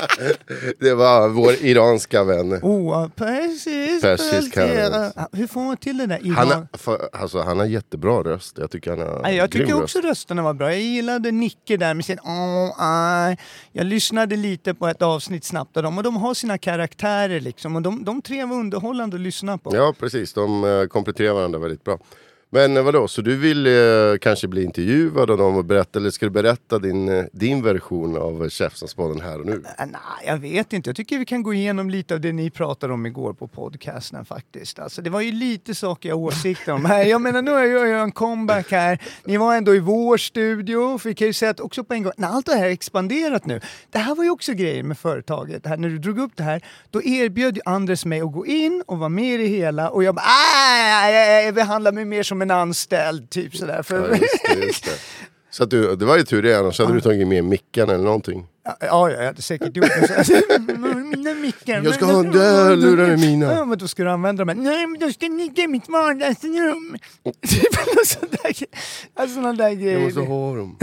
det var vår iranska vän. Oh, precis. Precis, Karin. Hur får man till det där? Han Ivan? har, för, alltså, han har jättebra röst. Jag tycker han har Nej, jag tycker grym också röst. rösterna var bra. Jag gillade Nicke där med sin åh, aj. Jag lyssnade lite på ett avsnitt snabbt av dem och de har sina karaktärer liksom och de, de tre var underhållande att lyssna på. Ja, precis. De eh, kompletterar varandra väldigt bra. Men eh, vadå, så du vill eh, kanske bli intervjuad av dem och berätta, eller ska du berätta din, eh, din version av eh, Käftsnackspodden här och nu? Äh, Nej, jag vet inte. Jag tycker vi kan gå igenom lite av det ni pratade om igår på podcasten faktiskt. Alltså, det var ju lite saker jag har åsikter om. här. Jag menar, nu gör jag ju en comeback här. Ni var ändå i vår studio. För vi kan ju säga att också på en gång, när allt det här har expanderat nu. Det här var ju också grejen med företaget. Det Här, när du drog upp det här, då erbjöd ju Andres mig att gå in och vara med i det hela. Och jag bara, "Ah, jag- jag behandlar mig mer som en anställd, typ sådär. För, Ja, just det, just det. Så att du, det var ju tur det, annars hade du tagit med mickan eller någonting. Ja, ja, jag hade säkert gjort det. Alltså, mina mickar. Jag ska ha en där, lurar är mina. Ja, men då ska du använda dem. Nej, men då ska ni ligga i mitt vardagsrum. Typ någon sån där grej. Alltså någon där grej. Jag måste ha dem.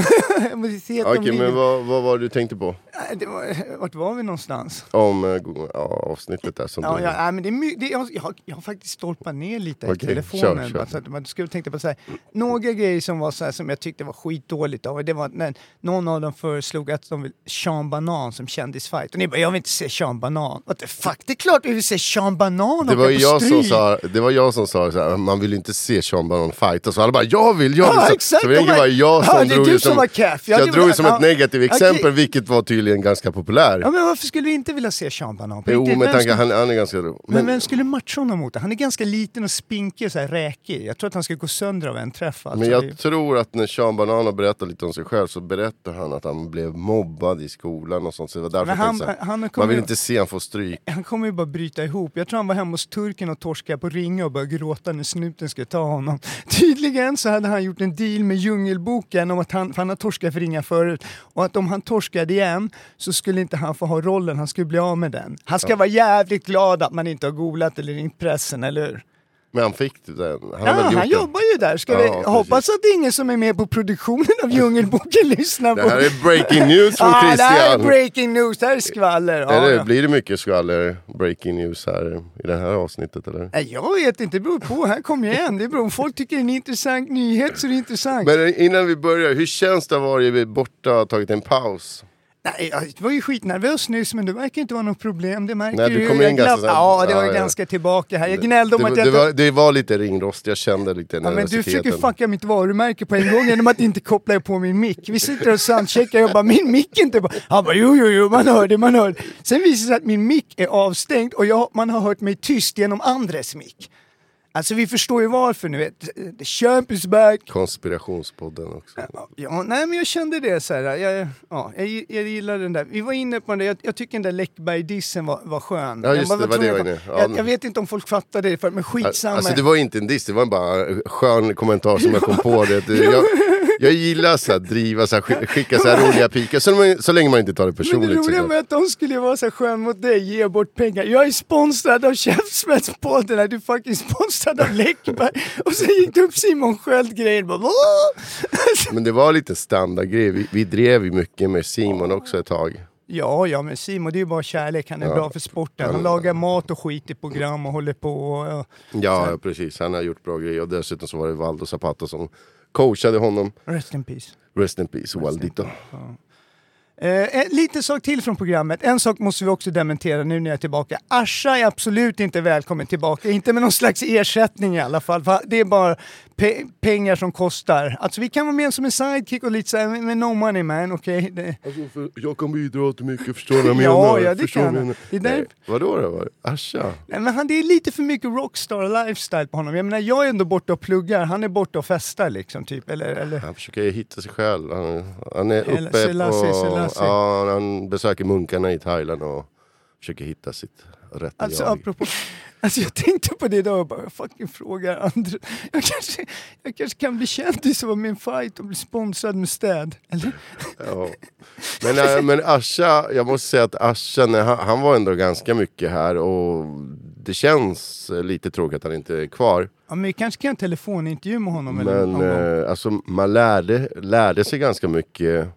Jag måste se att Okej, de ligger- men vad, vad var det du tänkte på? Nej, det var... Vart var vi någonstans? Om eh, go- ja, avsnittet där som Ja, du... ja, nej, men det är my- det, jag, jag, har- jag har faktiskt stolpat ner lite i Okej, telefonen. kör, kör. Bara så att man skulle tänka på så här, några grejer som, var så här, som jag tyckte var skitdåligt av. Det var när någon av dem föreslog att de vill Sean Banan som kändisfight. Och ni bara, jag vill inte se Sean Banan. What the fuck, det är klart vi vill se Sean Banan Det åka var, ju på jag som stryk. sa, det var jag som sa såhär, man vill ju inte se Sean Banan fighta. Så alla bara, jag vill, jag vill! Ja, så, exakt, så det de bara, var jag ja, som det är drog du ju som var keff. Ja, jag det drog var- ju som ja. ett negativt exempel, Okej. vilket var tydligen ganska populärt. Ja, men varför skulle vi inte vilja se Sean Banan? På jo, riktigt, med vem tanke skulle- han, han är ganska rolig. Men Men, vem skulle matcha honom mot? Han är ganska liten och spinkig och så här räkig. Jag tror att han skulle gå sönder av en träff. Alltså. men Det är- jag tror att när Sean Banan har berättat lite om sig själv så berättar han att han blev mobbad i skolan och sånt. Så det var därför Men jag han- tänkte så här, han kommer man vill ju- inte se han få stryk. Han kommer ju bara bryta ihop. Jag tror han var hemma hos turken och torskade på ringa och började gråta när snuten skulle ta honom. Tydligen så hade han gjort en deal med Djungelboken om att han, för han har torskat för ringa förut, och att om han torskade igen så skulle inte han få ha rollen, han skulle bli av med den. Han ska vara jävligt glad att man inte har googlat eller ringt pressen, eller hur? Men han fick det. där. Han, har väl Ja, gjort han det. jobbar ju där. Ska Ja, vi precis. hoppas att det är ingen som är med på produktionen av Djungelboken lyssnar på. Det här är breaking news från ah, det här är Christian. breaking news, det här är skvaller. Ja, Är det, ja. Blir det mycket skvaller, breaking news här i det här avsnittet eller? Nej, jag vet inte, det beror på. Här kom jag igen. Det beror om folk tycker det är en intressant nyhet så det är intressant. Men innan vi börjar, hur känns det att ha varit borta och tagit en paus? Nej, jag var ju skitnervös nyss men det verkar inte vara något problem. Det märker Nej, du ju. kom Jag in ganska glapp- snabbt. Ja, det var Ja, ju ja. ganska tillbaka här. Jag gnällde om det, att det, jag var, det var lite ringrost, jag kände lite Ja, men du nervositeten. försöker fucka mitt varumärke på en gång genom att inte koppla på min mick. Vi sitter och soundcheckar och jag bara min mick är inte på. Han bara jo, jo, jo, man hör det, man hör det. Sen visar det sig att min mick är avstängd och jag, man har hört mig tyst genom Andres mick. Alltså vi förstår ju varför nu. vet. The champ is back. Konspirationspodden också. Ja, nej men jag kände det så här. Jag, ja, jag, jag gillar den där. Vi var inne på den där. Jag, jag tycker den där Läckberg-dissen var, var skön. Ja, just Den det, vad det tvungen var att- inne. Ja, jag, men- jag vet inte om folk fattade det, för, men skitsamma. Alltså det var inte en diss, det var bara en skön kommentar som jag kom på. Det. Det- Jag, jag gillar så att driva, så här, sk- skicka så här roliga pikar, så, länge- så länge man inte tar det Men det personligt. roliga såklart. med att de skulle ju vara så skön mot dig, ge bort pengar. Jag är sponsrad av Käftsmällspodden, är du fucking sponsrad av Läckberg? Och sen gick det upp Simon Sköld-grejen. bara, "Va?" Alltså, Men det var lite standardgrej, vi, vi drev ju mycket med Simon också ett tag. Ja, ja, men Simon det är ju bara kärlek. Han är Ja. bra för sporten. Han lagar mat och skit i program och håller på. Och, ja. Ja, precis. Han har gjort bra grejer och dessutom så var det Valdo Zapata som coachade honom. Rest in peace. Rest in peace, Waldito. Eh, en liten sak till från programmet. En sak måste vi också dementera nu när jag är tillbaka. Asha är absolut inte välkommen tillbaka. Inte med någon slags ersättning i alla fall. För det är bara pe- pengar som kostar. Alltså vi kan vara med som en sidekick och lite såhär, men no money man, okej? Det- Alltså, för jag kan bidra till mycket, förstår du vad jag Ja, menar? ja, det Förstår du kan vad jag han. menar? Det där- Nej, Vadå då? Ascha? Nej, men han, det är lite för mycket rockstar lifestyle på honom. Jag menar, jag är ändå borta och pluggar. Han är borta och festar liksom, typ. Eller, eller. Han försöker hitta sig själv. Han, han är Eller uppe på... Selassie, Selassie. Ja, han besöker munkarna i Thailand och försöker hitta sitt rätta Alltså jag. apropå, alltså jag tänkte på det idag och bara jag fucking frågar andra. Jag kanske, jag kanske kan bli kändis och vara med i en fight och bli sponsrad med städ. Eller? Ja. Men, äh, men Asha, jag måste säga att Asha, nej, han, han var ändå ganska mycket här och det känns eh, lite tråkigt att han inte är kvar. Ja, men vi kanske kan göra en telefonintervju med honom. eller någon Men gång. eh, alltså, man lärde, lärde sig ganska mycket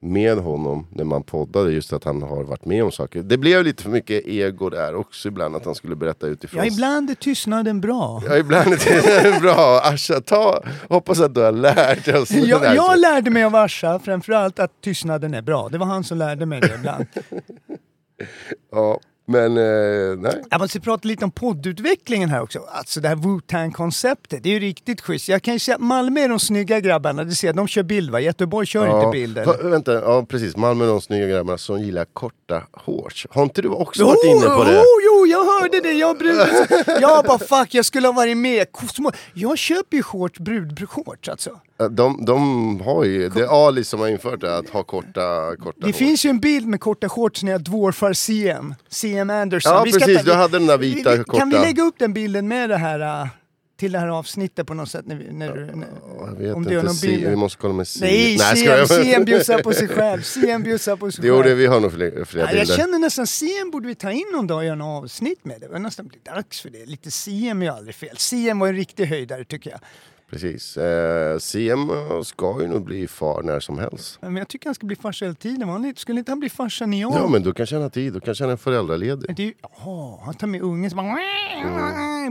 med honom när man poddade, just att han har varit med om saker. Det blev lite för mycket ego där också ibland, att han skulle berätta utifrån. ja, ibland är tystnaden bra. Ja, ibland är det bra. Asha, ta, hoppas att du har lärt oss det Jag, där. jag lärde mig av Asha framförallt att tystnaden är bra. Det var han som lärde mig det ibland. ja, men eh, nej. Jag måste prata lite om poddutvecklingen här också. Alltså det här Wu-Tang-konceptet, det är ju riktigt schysst. Jag kan ju säga att Malmö är de snygga grabbarna, du ser, de kör bild va? Göteborg kör Ja, inte bild. va- Eller? vänta, ja precis. Malmö är de snygga grabbarna som gillar korta shorts. Har inte du också varit inne på det? Oh, jo, jag hörde det, jag brud. Jag bara fuck, jag skulle ha varit med. Kosmo- Jag köper ju shorts, brudshorts alltså. De, de har ju, det är Ali som har infört det, att ha korta, korta Det hår. finns ju en bild med korta shorts när jag dwarfar CM. CM Anderson. Ja, ska precis. ta- Du hade den där vita, vi, vi, Kan vi korta. lägga upp den bilden med det här äh, till det här avsnittet på något sätt? När vi, när du, när, Jag vet om inte, du gör någon si, bild. vi måste kolla med Si. Nej, ska CM, jag- CM bjussar på sig själv. CM bjussar på sig Jo, det, själv. vi har nog fler, fler Ja, jag bilder. känner nästan CM borde vi ta in någon dag och göra en avsnitt med. Det var nästan bli dags för det. Lite CM är ju aldrig fel. CM var en riktig höjdare tycker jag. Precis. Eh, CM ska ju nog bli far när som helst. Men jag tycker han ska bli farsa hela tiden. Var han inte- Skulle inte han bli farsa när jag? Ja, men du kan tjäna tid, du kan tjäna föräldraledig. Det är ju, Jaha, han tar med ungen så bara...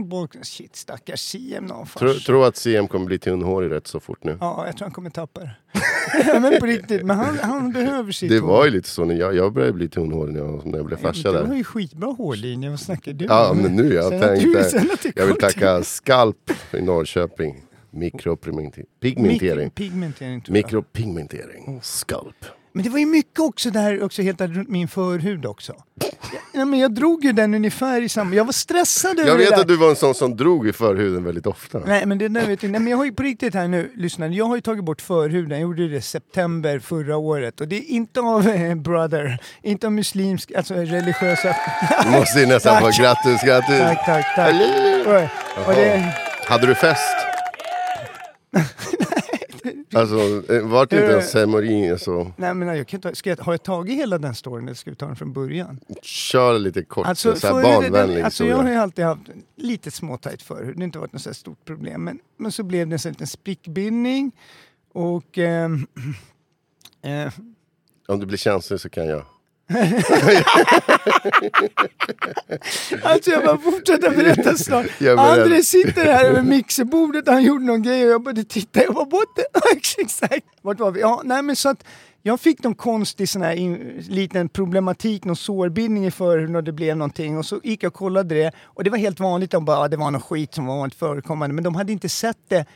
Bak- Shit, stackars CM. Någon Mm. Tror farsa. tror att CM kommer bli tunnhårig rätt så fort nu. Ja, jag tror han kommer tappa det. Ja, men på riktigt, men han, han behöver sitt Det hår. var ju lite så när jag, jag började bli tunnhårig när jag, när jag blev farsa Du har där. ju skitbra hårlinje, vad snackar du Ja, om? men nu jag Sen att du- tänkte, sen att du jag vill kort- tacka Skalp i Norrköping. Mikropigmentering. Mik- Pigmentering tror jag. Mikropigmentering. Skalp. Men det var ju mycket också där också helt runt min förhud också. Ja, nej, men jag drog ju den ungefär i samma... Jag var stressad över Jag det vet där. att du var en sån som drog i förhuden väldigt ofta. Nej men det där vet jag Nej men jag har ju på riktigt här nu, lyssna, jag har ju tagit bort förhuden. Jag gjorde det i september förra året. Och det är inte av eh, brother, inte av muslimsk, alltså religiösa... Du måste ju nästan Tack. vara grattis, grattis. tack, tack, tack. Halleluja. Och, och det, Hade du fest? alltså, eh, vart det inte en ceremoni? Alltså, nej men jag kan ta, ska jag, har jag tagit hela den storyn eller ska vi ta den från början? kör lite kort, Alltså, så här förhuden, barnvänlig den- alltså jag historia. har ju alltid haft lite småtajt förhud, det har inte varit något så här stort problem. Men, men så blev det en sån här liten sprickbindning och... ehm, eh, Om du blir känslig så kan jag. Alltså jag bara fortsätter berätta snart. Jag är beredd. André sitter här över mixerbordet, han gjorde någon grej och jag började titta. Jag bara what the... Exakt. Vart var vi? Ja, nej men så att jag fick någon konstig sån här in, liten problematik, någon sårbindning i förhuden och det blev någonting. Och så gick jag och kollade det och det var helt vanligt. De bara, ja, det var någon skit som var vanligt förekommande. Men de hade inte sett det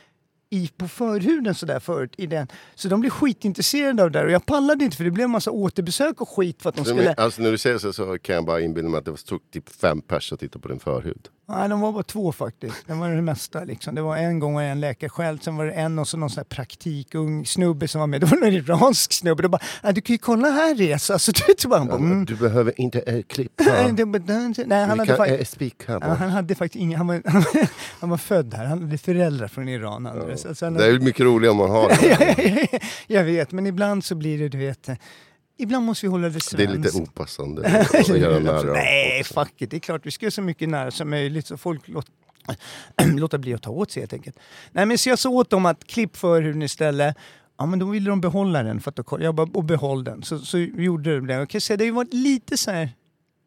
i, på förhuden sådär förut. I den. Så de blev skitintresserade av det där och jag pallade inte för det blev en massa återbesök och skit för att de Så, skulle... men, alltså, när du säger så, så kan jag bara inbilla mig att det stod typ fem pers och tittade på din förhud. Nej, de var bara två faktiskt. Det var det mesta. Liksom. Det var en gång var det en läkare själv, sen var det en och så någon sån här praktikung snubbe som var med. Det var en iransk snubbe. De bara, "Ja, du kan ju kolla här Reza. Så du vet, så bara, han bara, mm. eh, Du behöver inte äh, klippa. Nej, det- det- Nej, han Du hade kan faktiskt... äh, spika. Ja, han hade faktiskt ingen, han var, han var född här, han hade föräldrar från Iran. Andres. Så- så han- Det är ju mycket roligare om man har det. jag vet, men ibland så blir det, du vet, eh, ibland måste vi hålla det Det är svenskt. lite opassande att göra nära. Nej, fuck it. Det är klart vi ska göra så mycket nära som möjligt så folk låt, låter bli att ta åt sig helt enkelt. Nej, men så jag sa åt dem att klipp förhuden istället. Ja men då ville de behålla den för att då koll- jag bara, och behåll den. Så, så gjorde de det. Jag kan säga det var lite så här,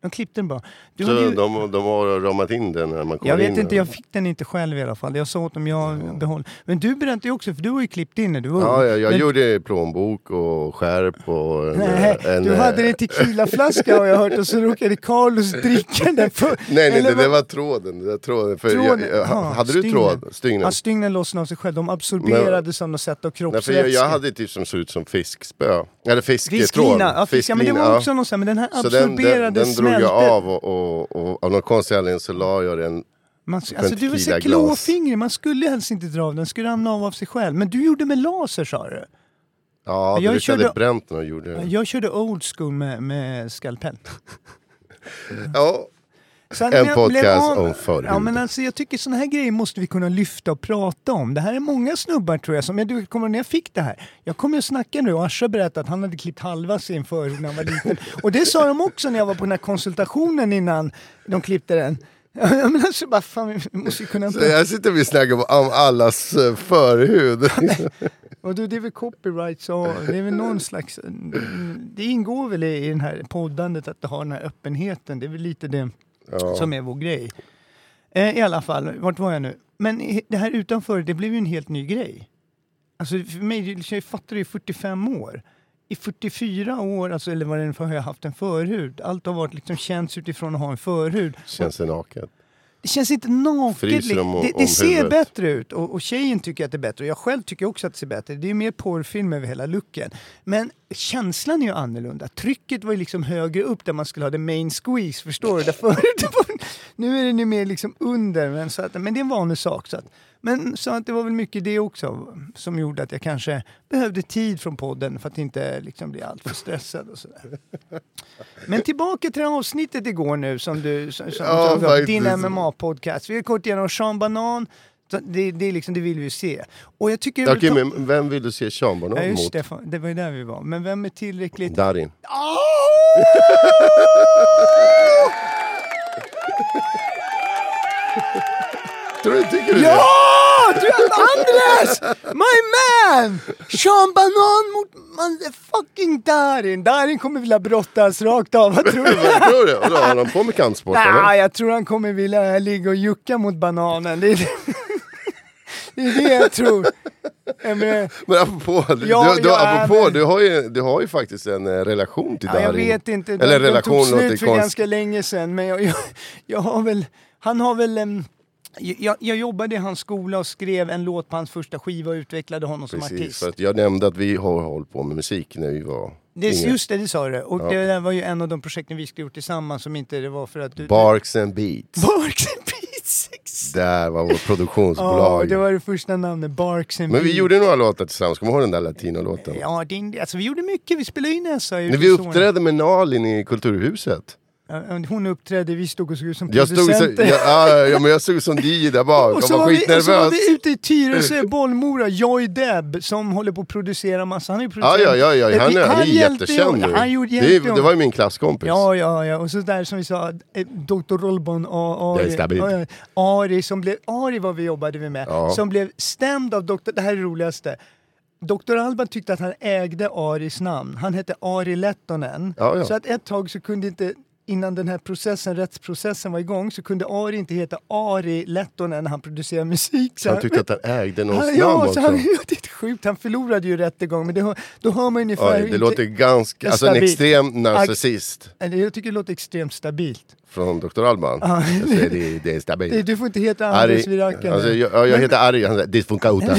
de klippte den bara. Du hade Så ju, de, de har ramat in den när man kommer jag in vet inte, där. jag fick den inte själv i alla fall. Jag sa åt dem, jag behåll. Men du berättade ju också, för du har ju klippt in när du var Ja, jag, jag Men- gjorde plånbok och skärp och en... eh, Nej, en du hade en tequilaflaska har jag hört och så råkade Carlos dricka den. För, Nej, nej, eller det, vad- det var tråden. Det där tråden. För Tråden, jag, jag, ja, hade du stygnen. tråd? Stygnen? Ja, stygnen lossnade av sig själv. De absorberades av något sätt av nej, för jag, kroppsvätska. jag hade typ som såg ut som fiskspö. Eller fisketråd. Fisklina, ja, fisk, ja, men det Fisklina, var ja. också någon sån här, men den här Så den, den, absorberade, den drog jag smälte. av och, och, och av någon konstig anledning så la jag den... Man, alltså du var så tequila-glas. klåfingrig, man skulle helst inte dra av den, skulle ramla av av sig själv. Men du gjorde med laser sa du? Ja, jag du körde... körde- hade bränt den och gjorde det. Jag körde old school med, med skalpell. Ja, Så att En när jag blev podcast av- om förhud. Ja men alltså jag tycker sådana här grejer måste vi kunna lyfta och prata om. Det här är många snubbar tror jag som, men du kommer när jag fick det här. Jag kommer att snacka nu och Asha berättade att han hade klippt halva sin förhud när han var liten. Och det sa de också när jag var på den här konsultationen innan de klippte den. Ja men alltså bara fan, vi måste ju kunna... så jag sitter och snackar om- om allas eh, förhud. Och du, det är väl copyright så det är väl någon slags... Det ingår väl i i den här poddandet att ha den här öppenheten. Det är väl lite det som är vår grej. Eh, I alla fall, vart var jag nu? Men i- det här utanför, det blev ju en helt ny grej. Alltså för mig, jag fattar det i 45 år. I 44 år, alltså, eller vad det är för, har jag haft en förhud. Allt har varit liksom känts utifrån att ha en förhud. Känns det naket? Det känns inte naket. Fryser de liksom. om- det om det ser huvudet? bättre ut och, och tjejen tycker att det är bättre. Och jag själv tycker också att det ser bättre ut. Det är ju mer porrfilm över hela looken. Men känslan är ju annorlunda. Trycket var ju liksom högre upp där man skulle ha the main squeeze, förstår du? Där förut var- nu är den ju mer liksom under. Men, så att, men det är en vanlig sak. Så att, men så att det var väl mycket det också som gjorde att jag kanske behövde tid från podden för att inte liksom bli alltför stressad och sådär. Men tillbaka till det här avsnittet igår nu som du, som, som, Ja, som, som din faktiskt. MMA-podcast. Vi har gått igenom Sean Banan, så det, det, är liksom, det vill vi ju se. Och jag tycker... Okej, men vem vill du se Sean Banan Ja, mot? just det, fan, det var ju där vi var. Men vem är tillräckligt... Darin. Tror du, tycker du Ja! Du är Andres! My man! Sean Banan mot motherfucking Darin. Darin kommer vilja brottas rakt av, vad tror du? det? Tror du? Vadå, håller han på med kampsport Nej, eller? jag tror han kommer vilja ligga och jucka mot bananen. Det är det, det, är det jag tror. Jag menar, Men apropå, du, Ja, du, du, ja, apropå men- du, har ju, du har ju faktiskt en eh, relation till Ja, Darin. jag vet inte. De- Eller de relation tog låter slut för konst- ganska länge sedan. Men jag, jag, jag har väl... Han har väl... em, jag, jag jobbade i hans skola och skrev en låt på hans första skiva och utvecklade honom som Precis, artist. för att jag nämnde att vi har hållit på med musik när vi var Det, är yngre. just det, det sa du. Och det där var ju en av de projekten vi skulle gjort tillsammans som inte det var för att du... Barks and Beats. Barks and Beats! exakt. Där var vårt Ja, produktionsbolag. det var det första namnet. Barks and Men vi Beats. gjorde några låtar tillsammans, kommer du ihåg den där latinolåten? Ja, det är en- alltså, vi gjorde mycket. Vi spelade in Essa. När vi uppträdde med Nalin i Kulturhuset. Hon uppträdde, vi stod och såg ut som Jag stod, så, producenter. jag, ja, ja, men jag stod som DJ där bak Och och så, var var vi, och så var skitnervös. vi ute i Tyresö, Bollmora, Joy Deb som håller på att producera massa. Han är ju Ja, producent. ja, ja, ja. Han, är- han är hjälpte jättekänd honom. nu. Han gjorde, det, hjälpte är- det var ju honom. min klasskompis. Ja, ja, ja. Och så där som vi sa, eh, Dr. Rolbon och Det är Ari. stabilt. Ja, ja. Ari, som blev, Ari var vi jobbade vi med, Ja. som blev stämd av Dr. Det här är det roligaste. Dr. Alban tyckte att han ägde Aris namn. Han hette Ari Lettonen. Ja, ja. Så att ett tag så kunde inte, innan den här processen, rättsprocessen var igång, så kunde Ari inte heta Ari Lettonen när han producerade musik. Så Han tyckte att han ägde någons han, namn ja, också. så han, ja, det är sjukt. Han förlorade ju rättegång, men det, hör- då hör man ungefär... Oj, det inte- låter ganska... Alltså en Stabil. extrem narcissist Eller jag tycker det låter extremt stabilt. från Dr. Alban. Jag säger det, det är Det- stabilt. Du får inte heta Anders Arg. Virakan. Alltså, jag, ja, jag heter Arg, han säger det funkar utan.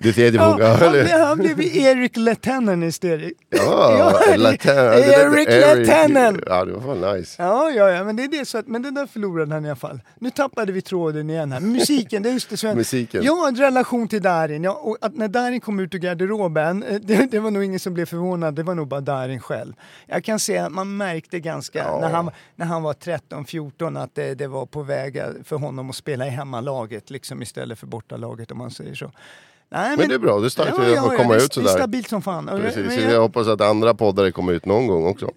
Du ser det Ja, funkar. han, eller? blev, han blev Erik Letennen istället. Ja, Ja, Latin- Erik Letennen! Ja, det var fan nice. Ja, ja, ja, men det är det. Så att, men den där förlorade han i alla fall. Nu tappade vi tråden igen här. Musiken, det är just det. Sven. Musiken. Jag har en relation till Darin. Ja, och att när Darin kom ut ur garderoben, eh, det, det var nog ingen som blev förvånad. Det var nog bara Darin själv. Jag kan säga att man märkte ganska när, han, när han var 13-14 att det, det var på väg eh, för honom att spela i hemmalaget liksom istället för bortalaget om man säger så. Nej, det är bra. Det är starkt att komma det, ut Det är sådär. stabilt som fan. Och jag- Precis, men jag, jag- hoppas att andra poddare kommer ut någon gång också.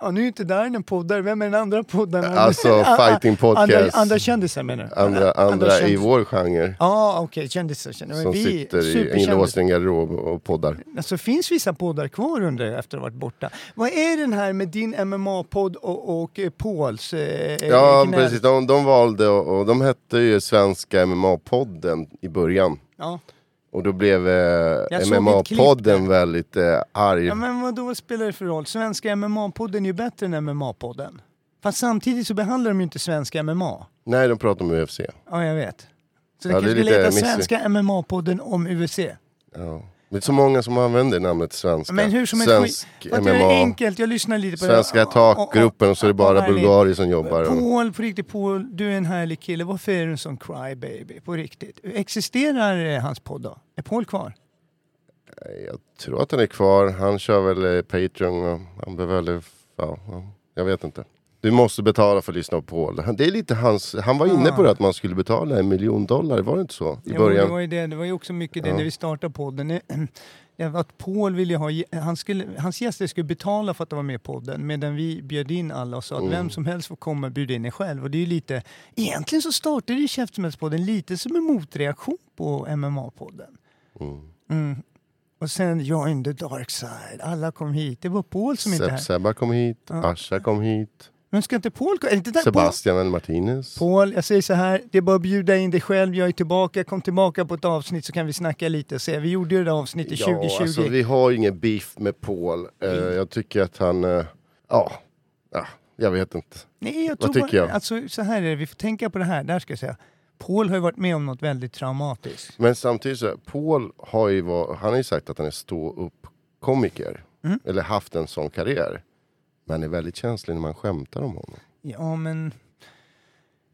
Ja, nu är inte där en poddare, vem är den andra poddaren? Alltså, fighting podcast. Andra, andra kändisar menar du? Andra, andra i kändis- vår genre. Ja, okej, kändisar. Kändisar. Men Som vi, sitter i superkändisar. inlåst i en garderob och poddar. Alltså finns vissa poddar kvar under efter att ha varit borta. Vad är den här med din MMA-podd och, och eh, Pauls? Eh, Ja, knä? precis. De, de valde, och, och de hette ju Svenska MMA-podden i början. Ja. Och då blev eh, Jag såg ett klipp MMA-podden väldigt eh, arg. ja, men vad då spelar det för roll? Svenska MMA-podden är ju bättre än MMA-podden. Fast samtidigt så behandlar de ju inte svenska MMA. Nej, de pratar om UFC. Ja, jag vet. Så det Ja, det är kanske skulle lite heta missri- Svenska MMA-podden om E. UFC. Ja. Det är så många som använder namnet svenska. Men hur som helst, Svensk skit- För att göra det MMA, enkelt, jag lyssnar lite på Svenska det. takgruppen och så är det bara bulgarier som jobbar. Och, Paul, på riktigt Paul, du är en härlig kille. Varför är du en sån crybaby? På riktigt. Existerar eh, hans podd då? Är Paul kvar? jag tror att han är kvar. Han kör väl eh, Patreon och han behöver väl... eh, Ja, ja, jag vet inte. Du måste betala för att lyssna på Paul. Han- Det är lite hans, han var inne på det att man skulle betala en miljon dollar, var det inte så? I Ah. Jo, början. det var ju det. Det var ju också mycket det Ja. när vi startade podden. Eh, det var Att Paul ville ha, han skulle, hans gäster skulle betala för att de var med i podden medan vi bjöd in alla och sa att Mm. vem som helst får komma och bjuda in er själv. Och det är ju lite, egentligen så startade ju Käftsmällspodden lite som en motreaktion på MMA-podden. Mm. Och sen join the dark side, alla kom hit. Det var Paul som inte är Seb här. Sebba kom hit, Asha kom hit, Men ska inte Paul komma? Är inte där Paul? Sebastian L. Martinez. Paul, jag säger så här, det är bara att bjuda in dig själv, jag är tillbaka, kom tillbaka på ett avsnitt så kan vi snacka lite och se. Vi gjorde ju det där avsnittet 2020. alltså, vi har ju ingen beef med Paul. Eh, jag tycker att han... eh, ja, ja, jag vet inte. Nej, jag Vad tror tycker bara, jag? Alltså, så här är det, vi får tänka på det här, där ska jag säga. Paul har ju varit med om något väldigt traumatiskt. Men samtidigt så, Paul har ju, var, han har ju sagt att han är stå-upp-komiker. Mm. Eller haft en sån karriär. Men är väldigt känslig när man skämtar om honom. Ja, men...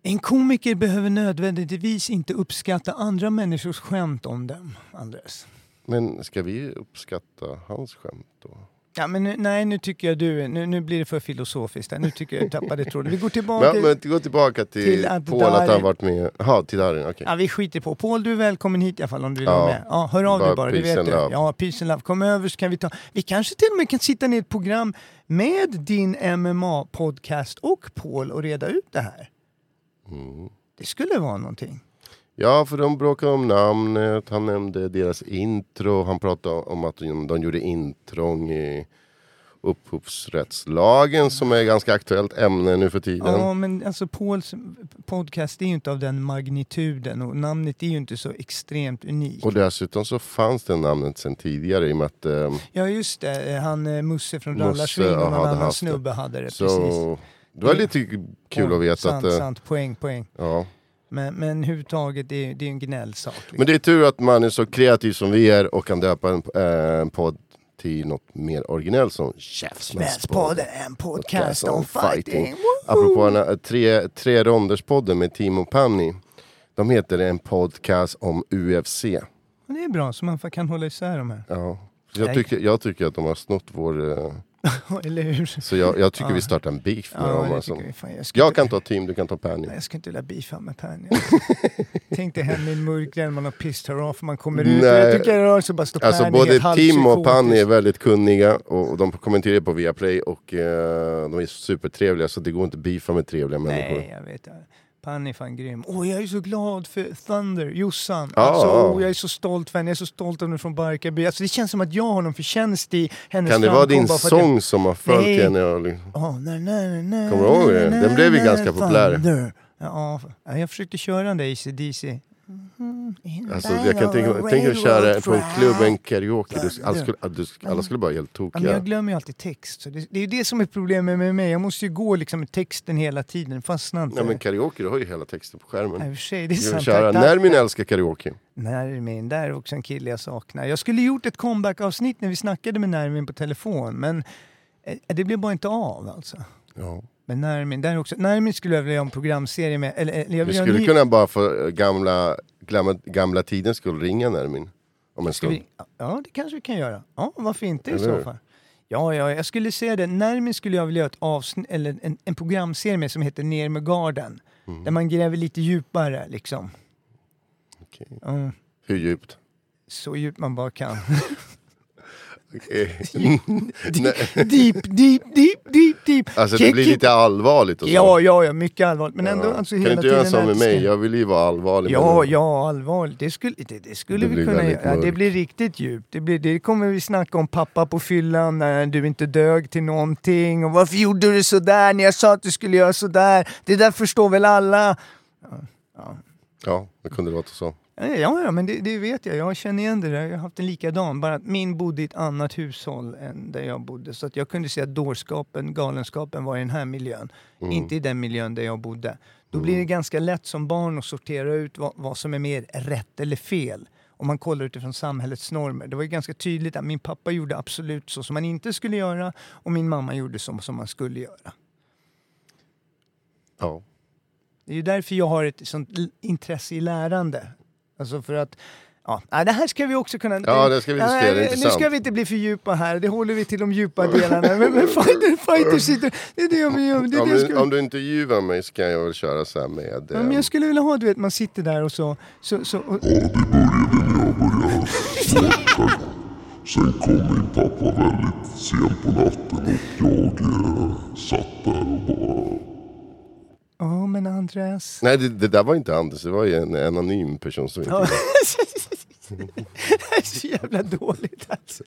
En komiker behöver nödvändigtvis inte uppskatta andra människors skämt om dem, Andres. Men ska vi uppskatta hans skämt då? Ja, men nu, nej, nu tycker jag du... Nu, nu blir det för filosofiskt här. Nu tycker jag jag tappade tråden. Vi går tillbaka. Ja, men gå tillbaka till, till att Paul, att han Darin- varit med... Jaha, till Darin, okej. Ja, vi skiter på. Paul, du är välkommen hit i alla fall om du vill Ja. vara med. Ja, hör av dig Bara bara, det peace vet and du. love. Ja, peace and love. Kom över så kan vi ta... Vi kanske till och med kan sitta ner i ett program med din MMA-podcast och Paul och reda ut det här. Mm. Det skulle vara någonting. Ja, för de bråkade om namnet, han nämnde deras intro, han pratade om att de de gjorde intrång i upphovsrättslagen som är ganska aktuellt ämne nu för tiden. Ja, men alltså Pauls podcast är ju inte av den magnituden och namnet är ju inte så extremt unikt. Och dessutom så fanns det namnet sen tidigare i och med att eh, Ja, just det. Eh, Han eh, Musse från Musse, Rallarsving och ja, någon hade annan haft det. snubbe hade det. Precis. Mm. så... Det var lite kul Ja, att veta sant, att... eh, Sant, poäng, poäng. Ja. Men, men överhuvudtaget, det är, det är en gnällsak. Liksom. Men det är tur att man är så kreativ som vi är och kan döpa en, eh, en podd till något mer originellt som Käftsmällspodden. Smällspodden, en podcast om fighting. Apropå en, eh, tre, tre ronderspodden med Timo Panni. De heter en podcast om UFC. Men det är bra, så man fa- kan hålla isär de här. Ja. Så Jag, Nej. tycker, jag tycker att de har snott vår... eh, Eller hur? Så jag, jag tycker vi startar en beef med Ja, dem. det Alltså. tycker vi. Fan, jag, skulle, Jag kan ta Tim, du kan ta Panni. jag skulle inte vilja beefa med Penny. alltså. Tänk dig hemma i en mörk gränd, man har pissed her off, man kommer ut. Nej. Jag tycker det rör sig bara stå Alltså Penny både helt halvpsykotisk. Tim och Panni är väldigt kunniga och och de kommenterar på Viaplay och eh, de är supertrevliga så det går inte att beefa med trevliga Nej, människor. jag vet. Panny är fan grym. Åh, jag är så glad för Thunder, Jossan. Ja, alltså, ja. åh, jag är så stolt för henne. Jag är så stolt av henne från Barkarby. Alltså, det känns som att jag har någon förtjänst i hennes Kan det vara framgång din bara för att sång som har följt Nej. henne? och liksom- Jag... Oh, na, na, na, Kommer du ihåg den? Den blev ju ganska populär. Thunder. Ja, ja, jag försökte köra den där Mm-hmm. ACDC. Alltså, jag kan tänka mig, tänk att köra på en klubb, en karaoke, du, alla, skulle, du, alla skulle bara vara helt Ja, men tokiga. jag glömmer ju alltid text. Så det, det är ju det som är problemet med mig. Jag måste ju gå liksom med texten hela tiden. Fastnar inte. Ja, men karaoke, du har ju hela texten på Ja, i skärmen. och för sig, det är Du sant. köra. Tack, tack. När min älskar karaoke. Nermin, där är också en kille jag saknar. Jag skulle gjort ett comeback-avsnitt när vi snackade med Nermin på telefon, men eh, det blev bara inte av alltså. Ja. Men Nermin, där är också. Nermin skulle jag vilja göra en programserie med. Eller, eller Vi jag vill göra en skulle ny- kunna bara för gamla, gamla, gamla tiden skulle ringa Nermin. Om en Ska stund. vi... Ja, det kanske vi kan göra. Ja, varför inte i Eller hur? så fall? Ja, ja, jag skulle säga det. Nermin skulle jag vilja göra ett avsnitt, eller en, en programserie med som heter Ner med garden. Mm. Där man gräver lite djupare liksom. Okej. Mm. Hur djupt? Så djupt man bara kan. Eh, Nej, Deep, deep, deep, deep, deep. alltså det Kick blir it. lite allvarligt och så. Ja, ja, ja, mycket allvarligt. Men ändå, Ja. alltså kan hela du inte göra tiden så med älskar. mig? Jag vill ju vara allvarlig. Ja, men- ja, allvarligt. Det skulle, det, det skulle Det vi blir kunna väldigt göra. Ja, det mörkt. blir riktigt djupt. Det, blir, det kommer vi snacka om pappa på fyllan, när du inte dög till någonting. Och varför gjorde du sådär när jag sa att du skulle göra sådär? Det där förstår väl alla? Ja, det kunde låta så. Ja, Ja, ja men det, det vet jag. Jag känner igen det där. Jag har haft en likadan. Bara att min bodde i ett annat hushåll än där jag bodde. Så att jag kunde se att dårskapen, galenskapen var i den här miljön. Inte i den miljön där jag bodde. Då blir det ganska lätt som barn att sortera ut vad, vad som är mer rätt eller fel. Om man kollar utifrån samhällets normer. Det var ju ganska tydligt att min pappa gjorde absolut så som man inte skulle göra. Och min mamma gjorde så som man skulle göra. Ja. Det är ju därför jag har ett sånt l- intresse i lärande. Alltså för att, ja, nej, det här ska vi också kunna... Ja, det ska vi diskutera, det är Nej, Nu intressant. ska vi inte bli för djupa här, det håller vi till de djupa delarna. Men, men fighter, fighter sitter... Det är det vi gör. Det är Om, det jag du, skulle, om du intervjuar mig så kan jag väl köra så här med... ja, ehm, men jag skulle vilja ha, du vet, man sitter där och så... så, så och, Sen kom min pappa väldigt sent på natten och jag eh, satt där och bara... ja, men Andreas... Nej, det, det där var inte Anders, det var ju en, en anonym person som inte... Det är så jävla dåligt alltså.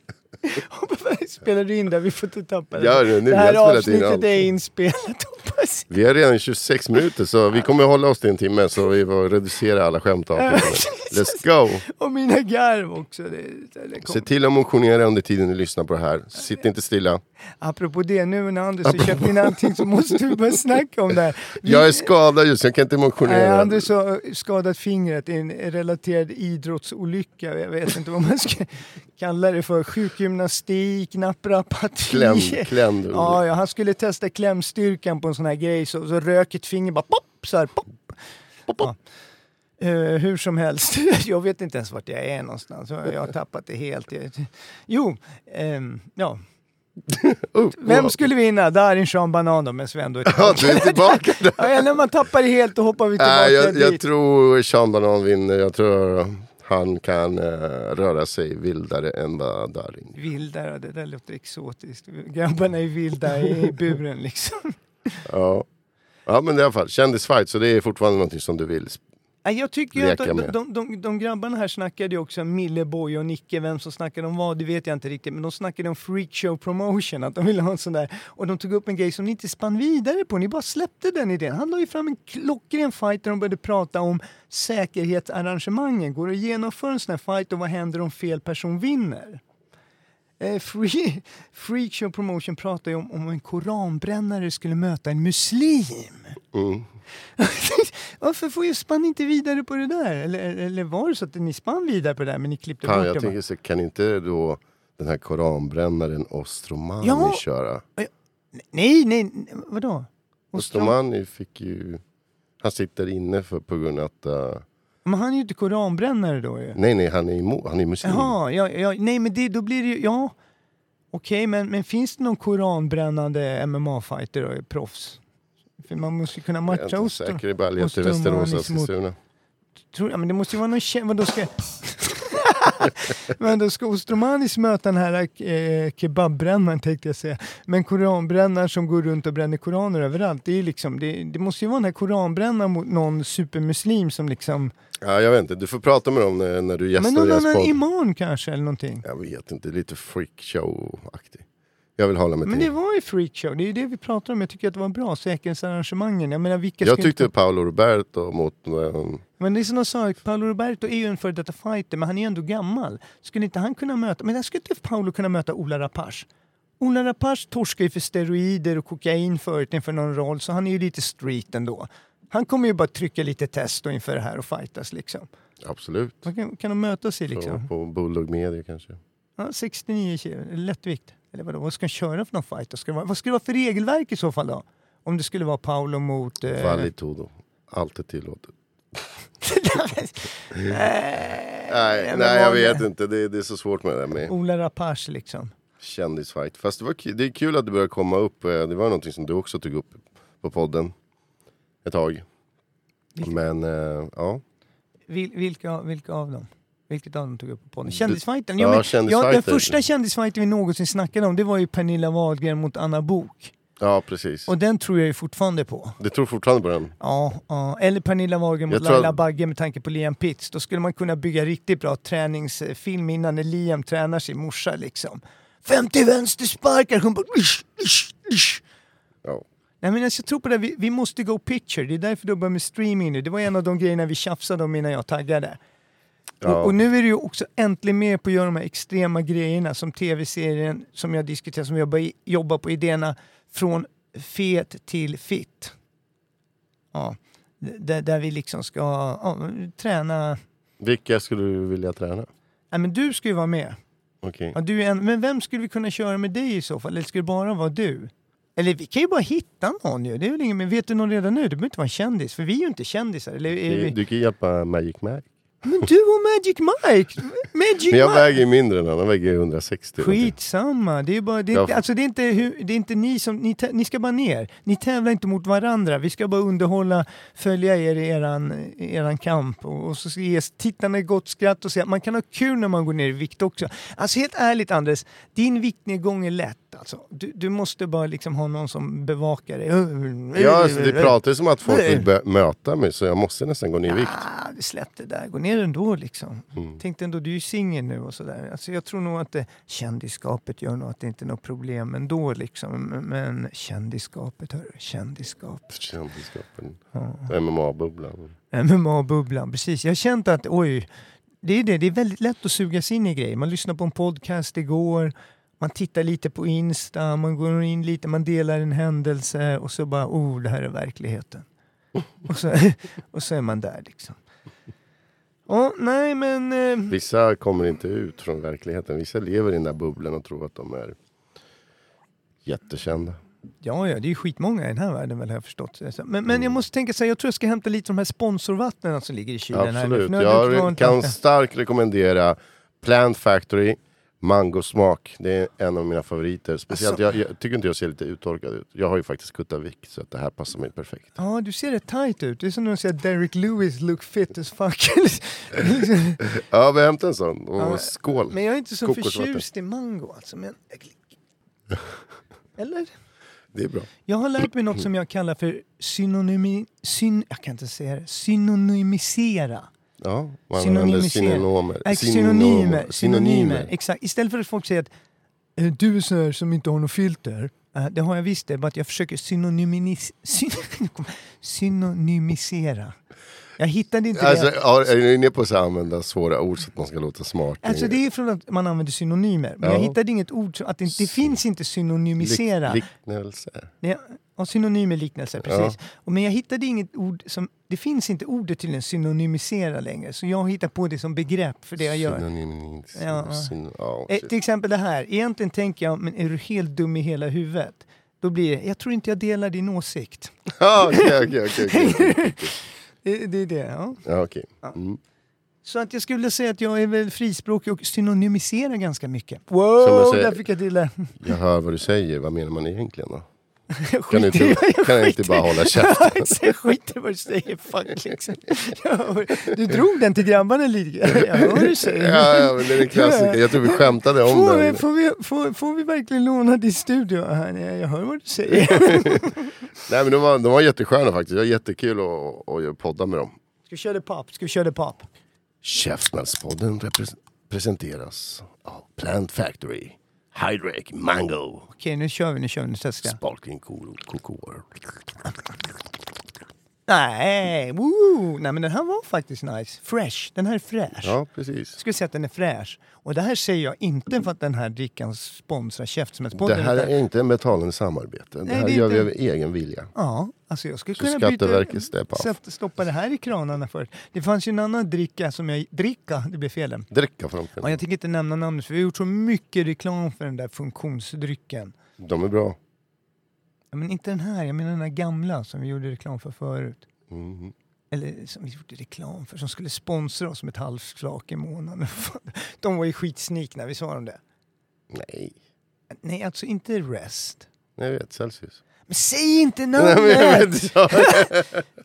Spelar du in där? Vi får inte tappa det. Gör det nu, det jag har här spelat in avsnittet allt. är inspelat hoppas Vi är redan 26 minuter så vi kommer hålla oss till en timme så vi får reducera alla skämt av det. Let's go! jag. Och mina garv också. Det, det, det Se till att motionera under tiden du lyssnar på det här. Sitt inte stilla. Apropå det, nu när Anders har köpt in allting så måste vi börja snacka om det här. Vi, Jag är skadad just jag kan inte Nej, motionera. Anders har eh, skadat fingret i en relaterad idrottsolycka. Jag vet inte vad man ska kalla det för. Sjukgymnastik, naprapati. Klämd, klämd. Ja, ja, han skulle testa klämstyrkan på en sån här grej så, så rök ett finger bara pop, så här, pop. Ja. Eh, hur som helst, jag vet inte ens vart jag är någonstans. Jag har tappat det helt. Jag- Jo, ehm, ja. Vem skulle vinna? Darin Sean Banan då, men Sven då är Ja, tillbaka. du är tillbaka där. Ja, Eller om man tappar det helt och hoppar vi tillbaka Nej, jag, jag dit. tror Sean Banan vinner. Jag tror han kan eh, röra sig vildare än vad Darin. Vildar, ja, det där låter exotiskt. Grabbarna är vilda i buren liksom. Ja. ja, men i alla fall kändisfight så det är fortfarande någonting som du vill. Nej, Jag tycker ju att Leka de, med. de, de, de grabbarna här snackade ju också, Mille, Boy och Nicke, vem som snackade om vad, det vet jag inte riktigt, men de snackade om freakshow promotion, att de ville ha en sån där, och de tog upp en grej som ni inte spann vidare på, ni bara släppte den idén. Han la ju fram en klockren fight där de började prata om säkerhetsarrangemangen, går det att genomföra en sån här fight och vad händer om fel person vinner? Eh, free, freakshow promotion pratar ju om om en koranbrännare skulle möta en muslim. Mm. Varför får ju spann inte vidare på det där? Eller, eller var det så att ni spann vidare på det där men ni klippte Fan, bort det? jag bara? tänker så kan inte då den här koranbrännaren Ostromani Ja. köra? Nej, nej, nej, vadå? Ostrom- Ostromani fick ju... Han sitter inne för, på grund av att... eh, Men han är ju inte koranbrännare då ju. nej, nej, han är, emo, han är muslim. Jaha, ja, ja, nej men det, då blir det ju, ja. Okej, men, men finns det någon koranbrännande MMA-fighter då, proffs? För man måste ju kunna jag är matcha inte Ostrom. säker, det är bara leta i Ostromani Västerås och som åt- Eskilstuna. Tror, ja, men det måste ju vara någon känd... Vadå ska... men då ska Ostromanis möta den här eh, kebabbrännaren tänkte jag säga. Men koranbrännaren som går runt och bränner koraner överallt. Det, är ju liksom, det, det måste ju vara den här koranbrännaren mot någon supermuslim som liksom... Ja, jag vet inte, du får prata med dem eh, när, när du gästar Men någon deras annan podd. imam kanske eller någonting. jag vet inte, lite freakshow-aktig. Jag vill hålla mig Men till det var ju freakshow, det är ju det vi pratar om. Jag tycker att det var bra, säkerhetsarrangemangen. Jag menar vilka Jag ska inte- tyckte Paolo Roberto mot... ehm, Men det är som de sa, Paolo Roberto är ju en före detta fighter, men han är ju ändå gammal. Skulle inte han kunna möta... Men jag skulle inte Paolo kunna möta Ola Rapace? Ola Rapace torskar ju för steroider och kokain förut inför någon roll, så han är ju lite street ändå. Han kommer ju bara trycka lite test då inför det här och fightas liksom. absolut. Man kan, kan de mötas i liksom? På Bulldog Media kanske. Ja, 69 kilo, lättvikt. Eller vadå, vad ska han köra för någon fight? då? Ska det vara, vad ska det vara för regelverk i så fall då? Om det skulle vara Paolo mot... eh, Valli Todo. Alltid tillåtet. Nej, men nej jag vad- vet inte. Det, det är så svårt med det där med Ola Rapace liksom. kändisfight. Fast det, var, ku- det är kul att det börjar komma upp. Eh, Det var någonting som du också tog upp på podden ett tag. Men eh, ja, Vil, vilka, vilka av dem? Vilket de tog upp på podden. Kändisfajten. Ja, Ja, men, kändisfajten. ja, den första kändisfajten vi någonsin snackade om, det var ju Pernilla Wahlgren mot Anna Bok. Ja, precis. Och den tror jag ju fortfarande på. Du tror fortfarande på den? Ja, ja. eller Pernilla Wahlgren mot Jag tror att- Laila Bagge med tanke på Liam Pitts. Då skulle man kunna bygga riktigt bra träningsfilm innan när Liam tränar sin morsa liksom. 50 vänstersparkar, hon bara... Ish, ish, ish. Ja. Nej men alltså, jag tror på det, här. vi, vi måste go picture. Det är därför du börjar med streaming nu. Det var en av de grejerna vi tjafsade om innan jag taggade. Och, och nu är du ju också äntligen med på att göra de här extrema grejerna som tv-serien som jag diskuterar, som jag börjar jobba på idéerna från fet till fit. Ja, d- där, där vi liksom ska ja, träna. Vilka skulle du vilja träna? Nej men du ska ju vara med. Okej. Ja, du är en, men vem skulle vi kunna köra med dig i så fall? Eller ska det bara vara du? Eller vi kan ju bara hitta någon ju. Det är väl ingen, men vet du någon redan nu? Du behöver inte vara en kändis, för vi är ju inte kändisar. Eller är Du, vi? du kan hjälpa Magic Mike. Men du och Magic Mike! Magic Men jag Mike! väger ju mindre än han, han väger ju 160. någonting. Skitsamma, det är bara, det är, Ja. inte- alltså det är inte, hur- det är inte ni som, ni, tä- ni ska bara ner. Ni tävlar inte mot varandra, vi ska bara underhålla, följa er i eran, eran kamp och, och så ska ge tittarna ett gott skratt och se att man kan ha kul när man går ner i vikt också. Alltså helt ärligt Andres, din viktnedgång är lätt alltså. Du, du måste bara liksom ha någon som bevakar dig. Ja, alltså, det pratar ju som att folk vill bö- möta mig så jag måste nästan gå ner i vikt. Ah, det släpp det där, gå ner ändå liksom. Tänkte ändå, du är ju singel nu och sådär. Alltså, jag tror nog att det, kändisskapet gör nog att det inte är något problem ändå liksom. Men, men kändisskapet, hörru, kändisskap. Kändisskapen. MMA-bubblan. MMA-bubblan, precis. Jag har känt att, oj, det är det, det är väldigt lätt att sugas in i grejer. Man lyssnar på en podcast igår, man tittar lite på Insta, man går in lite, man delar en händelse och så bara, oh, det här är verkligheten. Och så, och så är man där liksom. Ja, nej men... eh, Vissa kommer inte ut från verkligheten. Vissa lever i den där bubblan och tror att de är jättekända. Ja, ja, det är ju skitmånga i den här världen väl har jag förstått. Men, Mm. men jag måste tänka så här, jag tror jag ska hämta lite av de här sponsorvattnen som ligger i kylen här. nu, för Absolut. nu har det Jag varit kan lite- starkt rekommendera Plant Factory Mangosmak. Det är en av mina favoriter. Speciellt, Alltså- jag, jag tycker inte jag ser lite uttorkad ut. Jag har ju faktiskt kuttat vikt så att det här passar mig perfekt. Ja, du ser rätt tight ut. Det är som när de säger Derek Lewis look fit as fuck. Ja, vi hämtar en sån. Och Ja, skål! men jag är inte så Kokosvatten. förtjust i mango alltså. Men... Eller? Det är bra. Jag har lärt mig något som jag kallar för synonymi... Syn... Jag kan inte säga det. Synonymisera. Ja, man använder Synonymisera. synonymer. Ex- Synonymer. Synonymer. Exakt. Istället för att folk säger att eh, du är sån här som inte har något filter. Eh, Det har jag visst det, bara att jag försöker synonymis- syn- synonymisera. Jag hittade inte Alltså, det. ja, är ni inne på att så här använda svåra ord så att man ska låta smart? Alltså det är från att man använder synonymer. Men Ja. jag hittade inget ord, som- att det, det finns inte synonymisera. Lik, liknelse. Nej, ja, synonymer liknelse, precis. Och, men jag hittade inget ord som, det finns inte ordet till en synonymisera längre. Så jag hittar på det som begrepp för det jag gör. Synonymis. Ja, ja. Syn, ja, Eh, shit. till exempel det här, egentligen tänker jag, men är du helt dum i hela huvudet? Då blir det, jag tror inte jag delar din åsikt. Ja, Okej, okej, okej, okej. Det, det är det, ja. Ja, okej. Mm. Så att jag skulle säga att jag är väl frispråkig och synonymiserar ganska mycket. Som jag Wow, säger- där fick jag till det. Jag hör vad du säger, vad menar man egentligen då? Jag Kan du skiter i inte, vad jag kan jag inte skiter bara i. hålla käften? Exakt, jag skiter i vad du säger, fuck liksom. Jag hör- Du drog den till grabbarna lite grann. Jag hör hur du säger. Ja, ja, men det är en klassiker. Jag tror vi skämtade om Får vi, det. får, vi, får, får vi verkligen låna din studio? här? Nej, Jag hör vad du säger. Nej, men de var, de var jättesköna faktiskt. Det var jättekul att, att podda med dem. Ska vi köra det pop? Ska vi köra det pop? Käftsmällspodden repres- presenteras av Plant Factory, Hydrec, Mango, Okej, nu kör vi, nu kör vi, nu testar jag. Sparkling Cool, Cocoa. Nej, woo. Nej, men den här var faktiskt nice. Fresh, den här är fräsch. Ja, precis. Jag skulle säga att den är fräsch. Och det här säger jag inte för att den här drickan sponsrar Det Käftsmällspodden. här utan- är inte betalande samarbete. Det Nej, här det är gör vi av inte- egen vilja. Ja, alltså jag skulle Så kunna byta... Skatteverket step off. Sätt, stoppa det här i kranarna för. Det fanns ju en annan dricka som jag... Dricka, det blev fel. Dricka från Ja, jag tänker inte nämna namnet för vi har gjort så mycket reklam för den där funktionsdrycken. De är bra. Ja, men inte den här, jag menar den här gamla som vi gjorde reklam för förut. Mhm. Eller som vi gjorde reklam för, som skulle sponsra oss med ett halvflak i månaden. De var ju skitsnikna, vi sa dem det? Nej, Nej, alltså inte Rest. jag vet. Celsius. Men säg inte Nej, men jag, namnet! vet, jag,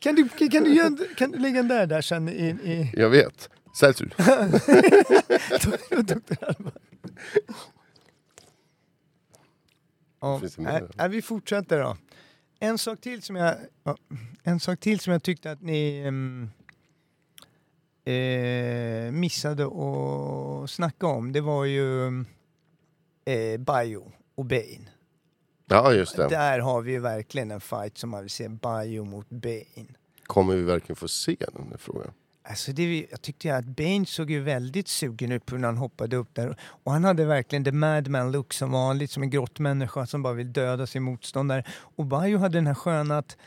Kan du, kan, du, göra- kan du lägga den där, där sen i... i... jag vet. Seltzer. Ja. Finns det mer? Nej, nej, vi fortsätter då. En sak till som jag, ja, en sak till som jag tyckte att ni ehm, eh, missade att snacka om, det var ju eh, Bayo och Bane. Ja, just det. Där har vi ju verkligen en fight som man vill se, Bayo mot Bane. Kommer vi verkligen få se den här frågan? Alltså det, är ju- jag tyckte ju att Bane såg ju väldigt sugen ut på när han hoppade upp där. Och han hade verkligen the madman look som vanligt, som en grottmänniska som bara vill döda sin motståndare. Och Bayo hade den här sköna att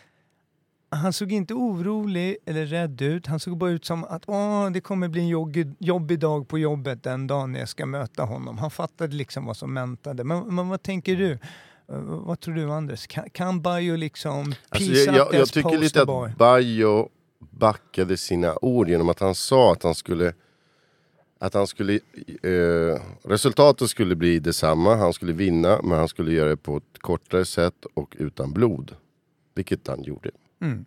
han såg inte orolig eller rädd ut. Han såg bara ut som att Åh, det kommer bli en joggig- jobbig dag på jobbet den dagen när jag ska möta honom. Han fattade liksom vad som väntade. Men, men vad tänker du? Eh, vad tror du Anders? Kan, kan Bayo liksom Alltså, peace jag, jag, up deras jag tycker lite posterboy? att Bayo backade sina ord genom att han sa att han skulle att han skulle, eh, resultatet skulle bli detsamma, han skulle vinna men han skulle göra det på ett kortare sätt och utan blod. Vilket han gjorde. Mm.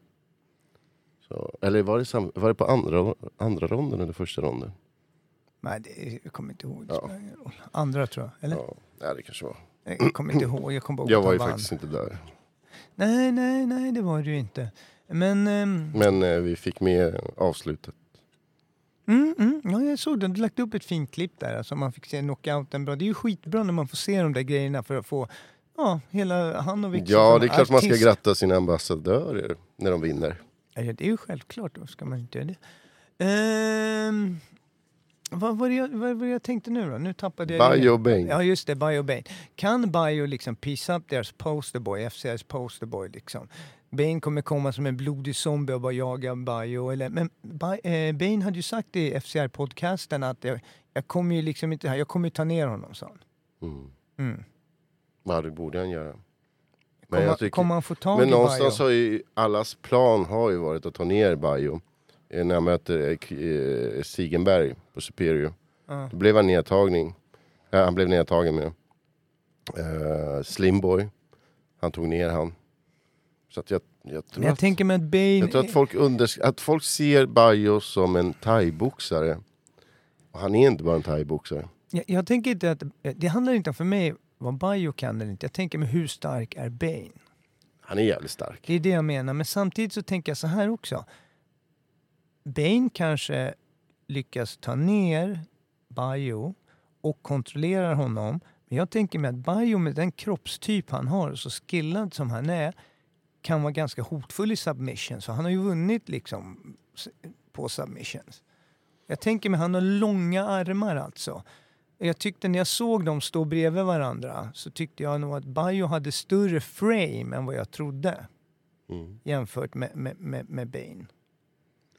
Så, eller var det, sam, var det på andra, andra ronden eller första ronden? Nej, det, jag kommer inte ihåg. Det spelar ingen roll. Andra tror jag. Eller? Ja, nej, det kanske var. Nej, Jag kommer inte ihåg. Jag kommer bara ihåg Jag att var han ju vann. faktiskt inte där. Nej, nej, nej, det var det ju inte. Men ehm, Men eh, vi fick med avslutet. mm, mm, ja, jag såg den. Du lagt upp ett fint klipp där. Alltså man fick se knockouten bra. Det är ju skitbra när man får se de där grejerna för att få ja, hela han och Victor Ja, som det är klart man ska artist. gratta sina ambassadörer när de vinner. Ja, det är ju självklart. Då ska man inte göra det. Ehm, vad var det jag, vad var det jag tänkte nu då? Nu tappade jag det. Bayo Bane. Ja, just det. Bio Bane. Kan Bio liksom pissa upp deras posterboy, FCRs posterboy liksom? Bane kommer komma som en blodig zombie och bara jaga Bio. Eller, men Bi- eh, Bane hade ju sagt i FCR-podcasten att jag, jag kommer ju liksom inte här, jag kommer ju ta ner honom, sa han. Ja, det borde han göra. Men, Kommer, jag tycker, kommer han få tag men i någonstans Bio? har ju allas plan har ju varit att ta ner Bayo. eh, När han möter eh, K- eh, Sigenberg på Superior. Då blev han nedtagning. Eh, han blev nedtagen med eh, Slimboy. Han tog ner han. Så att jag, jag, tror, Men jag att, tänker mig att Bane... jag tror att folk, unders- att folk ser Bayo som en thaiboxare. Och han är inte bara en thaiboxare. Jag, jag tänker inte att... Det handlar inte om för mig vad Bio kan eller inte. Jag tänker mig hur stark är Bane? Han är jävligt stark. Det är det jag menar. Men samtidigt så tänker jag så här också. Bane kanske lyckas ta ner Bayo och kontrollerar honom. Men jag tänker mig att Bayo med den kroppstyp han har, så skillad som han är, kan vara ganska hotfull i submission. Så han har ju vunnit liksom s- på submissions. Jag tänker mig, han har långa armar alltså. Jag tyckte när jag såg dem stå bredvid varandra så tyckte jag nog att Bayo hade större frame än vad jag trodde. Jämfört med, med, med, med Bane.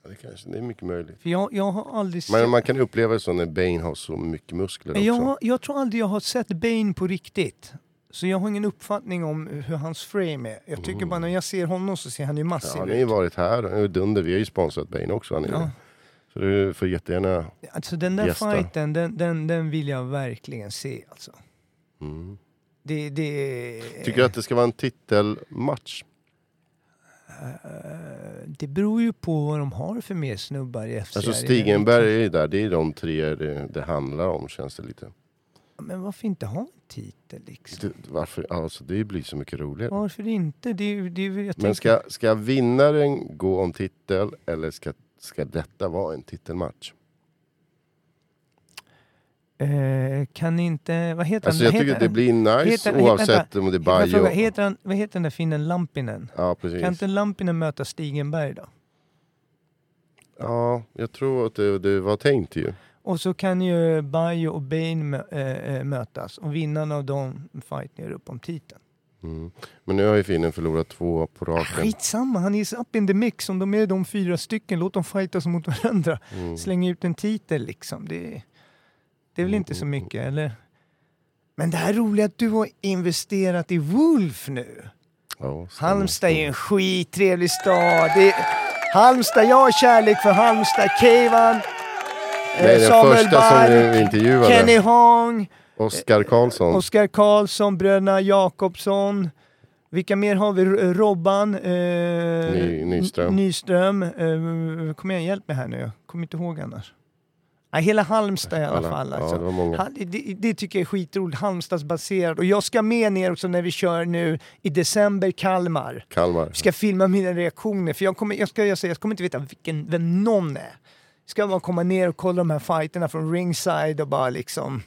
Ja, det, kanske, det är mycket möjligt. För jag, jag har aldrig sett... Men man kan uppleva det så när Bane har så mycket muskler också. Jag, har- jag tror aldrig jag har sett Bane på riktigt. Så jag har ingen uppfattning om hur hans frame är. Jag tycker bara när jag ser honom så ser han ju Mm. Ja, massiv han ut. har ju varit här, han är ju dunder. Vi har ju sponsrat Bane också. Han är Ja. ja. Så du får jättegärna... Alltså den där Gästa. fighten, den, den, den vill jag verkligen se alltså. Det, det, Mm. Tycker du att det ska vara en titelmatch? det beror ju på vad de har för mer snubbar i FCR. Alltså Stigenberg är ju där, det är de tre det, det handlar om känns det lite. Men varför inte ha en titel liksom? Det, varför? Alltså det blir så mycket roligare. Varför inte? Det, är ju- det, är ju- jag tänker, Men ska, ska vinnaren gå om titel eller ska, ska detta vara en titelmatch? eh, kan inte... Vad heter Alltså han? jag tycker att heter, det blir nice heter- he- oavsett vänta. om det är Får jag fråga, Bayo. heter han, Vad heter den där finnen Lampinen? Ja Kan precis. inte Lampinen möta Stigenberg då? Ja, jag tror att det, det var tänkt ju. Och så kan ju Bayo och Bane mö- eh, eh, mötas och vinnarna av dem fighten gör upp om titeln. Men nu har ju finnen förlorat två på Ah, raken. Skitsamma, han är up in the mix. Om de är de fyra stycken, låt dem fightas mot varandra. Mm. Släng ut en titel liksom. Det, det är väl inte så Mm. mycket, eller? Men det här roliga att du har investerat i Wolf nu. Ja, stämmer. Halmstad är ju en skittrevlig stad. Det är, Halmstad, jag har kärlek för Halmstad. Keivan, Nej, den Eh, Samuel första som Bark, vi intervjuade. Kenny Hong. Oskar Karlsson. Oskar Karlsson, bröderna Jakobsson. Vilka mer har vi? R- Robban. Eh, Ny- Nyström. Nyström. Eh, kom igen, hjälp mig här nu. Jag kommer inte ihåg annars. Ja, hela Halmstad i alla, Alla- fall. ja, Alltså. det var många. Han, det, det tycker jag är skitroligt. Halmstadsbaserat. Och jag ska med ner också när vi kör nu i december Kalmar. Kalmar. Ska filma mina reaktioner. För jag kommer, jag ska, jag säger, jag kommer inte veta vilken, vem någon är. Ska bara komma ner och kolla de här fighterna från ringside och bara liksom...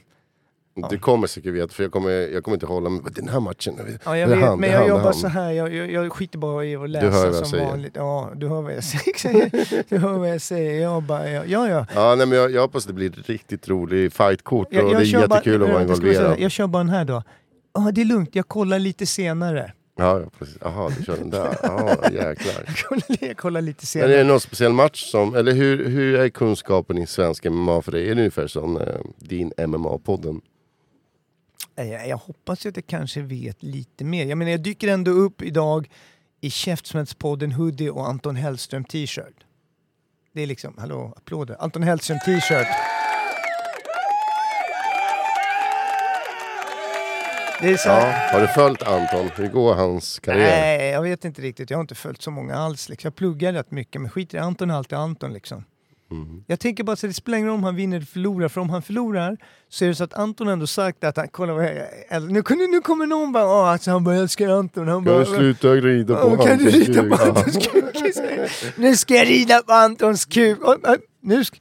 Du kommer säkert veta, för jag kommer, jag kommer inte hålla mig. Den här matchen, Ja, jag det är vet, han, men det är jag han, det är jobbar han. så här. Jag, jag, jag skiter bara i att läsa hör vad jag som säger. vanligt. Ja, du hör vad jag säger. du hör vad jag säger. Jag bara, ja, ja. ja. Ja, nej, men jag, jag hoppas det blir ett riktigt rolig fightkort och Jag, jag det är kör bara- jättekul att vara jag ska bara säga, involverad. Jag kör bara den här då. Ja, det är lugnt. Jag kollar lite senare. Ja, ja, precis. Jaha, du kör den där. Ja, jäklar. Jag kollar lite Men är senare. det någon speciell match som, eller hur, hur är kunskapen i svensk MMA för dig? Är det ungefär som eh, din MMA-podden? Nej, Eh, Jag, jag hoppas ju att jag kanske vet lite mer. Jag menar, jag dyker ändå upp idag i Käftsmällspodden hoodie och Anton Hellström t-shirt. Det är liksom, hallå, applåder. Anton Hellström t-shirt. Det är så här, Ja. Har du följt Anton? Hur går hans karriär? Nej, jag vet inte riktigt. Jag har inte följt så många alls. Liksom. Jag pluggar rätt mycket, men skit i det. Anton är alltid Anton. Liksom. Mm. Jag tänker bara så det spelar ingen roll om han vinner eller förlorar, för om han förlorar så är det så att Anton ändå sagt att han, kolla vad jag, eller, nu, kunde- nu kommer någon bara, åh, alltså, han bara, jag älskar Anton. Kan Han bara, du sluta rida på "Åh, kan du Antons rida kuk?" på Antons Ja. kuk? Nu ska jag rida på Antons kuk. Åh, åh, nu ska...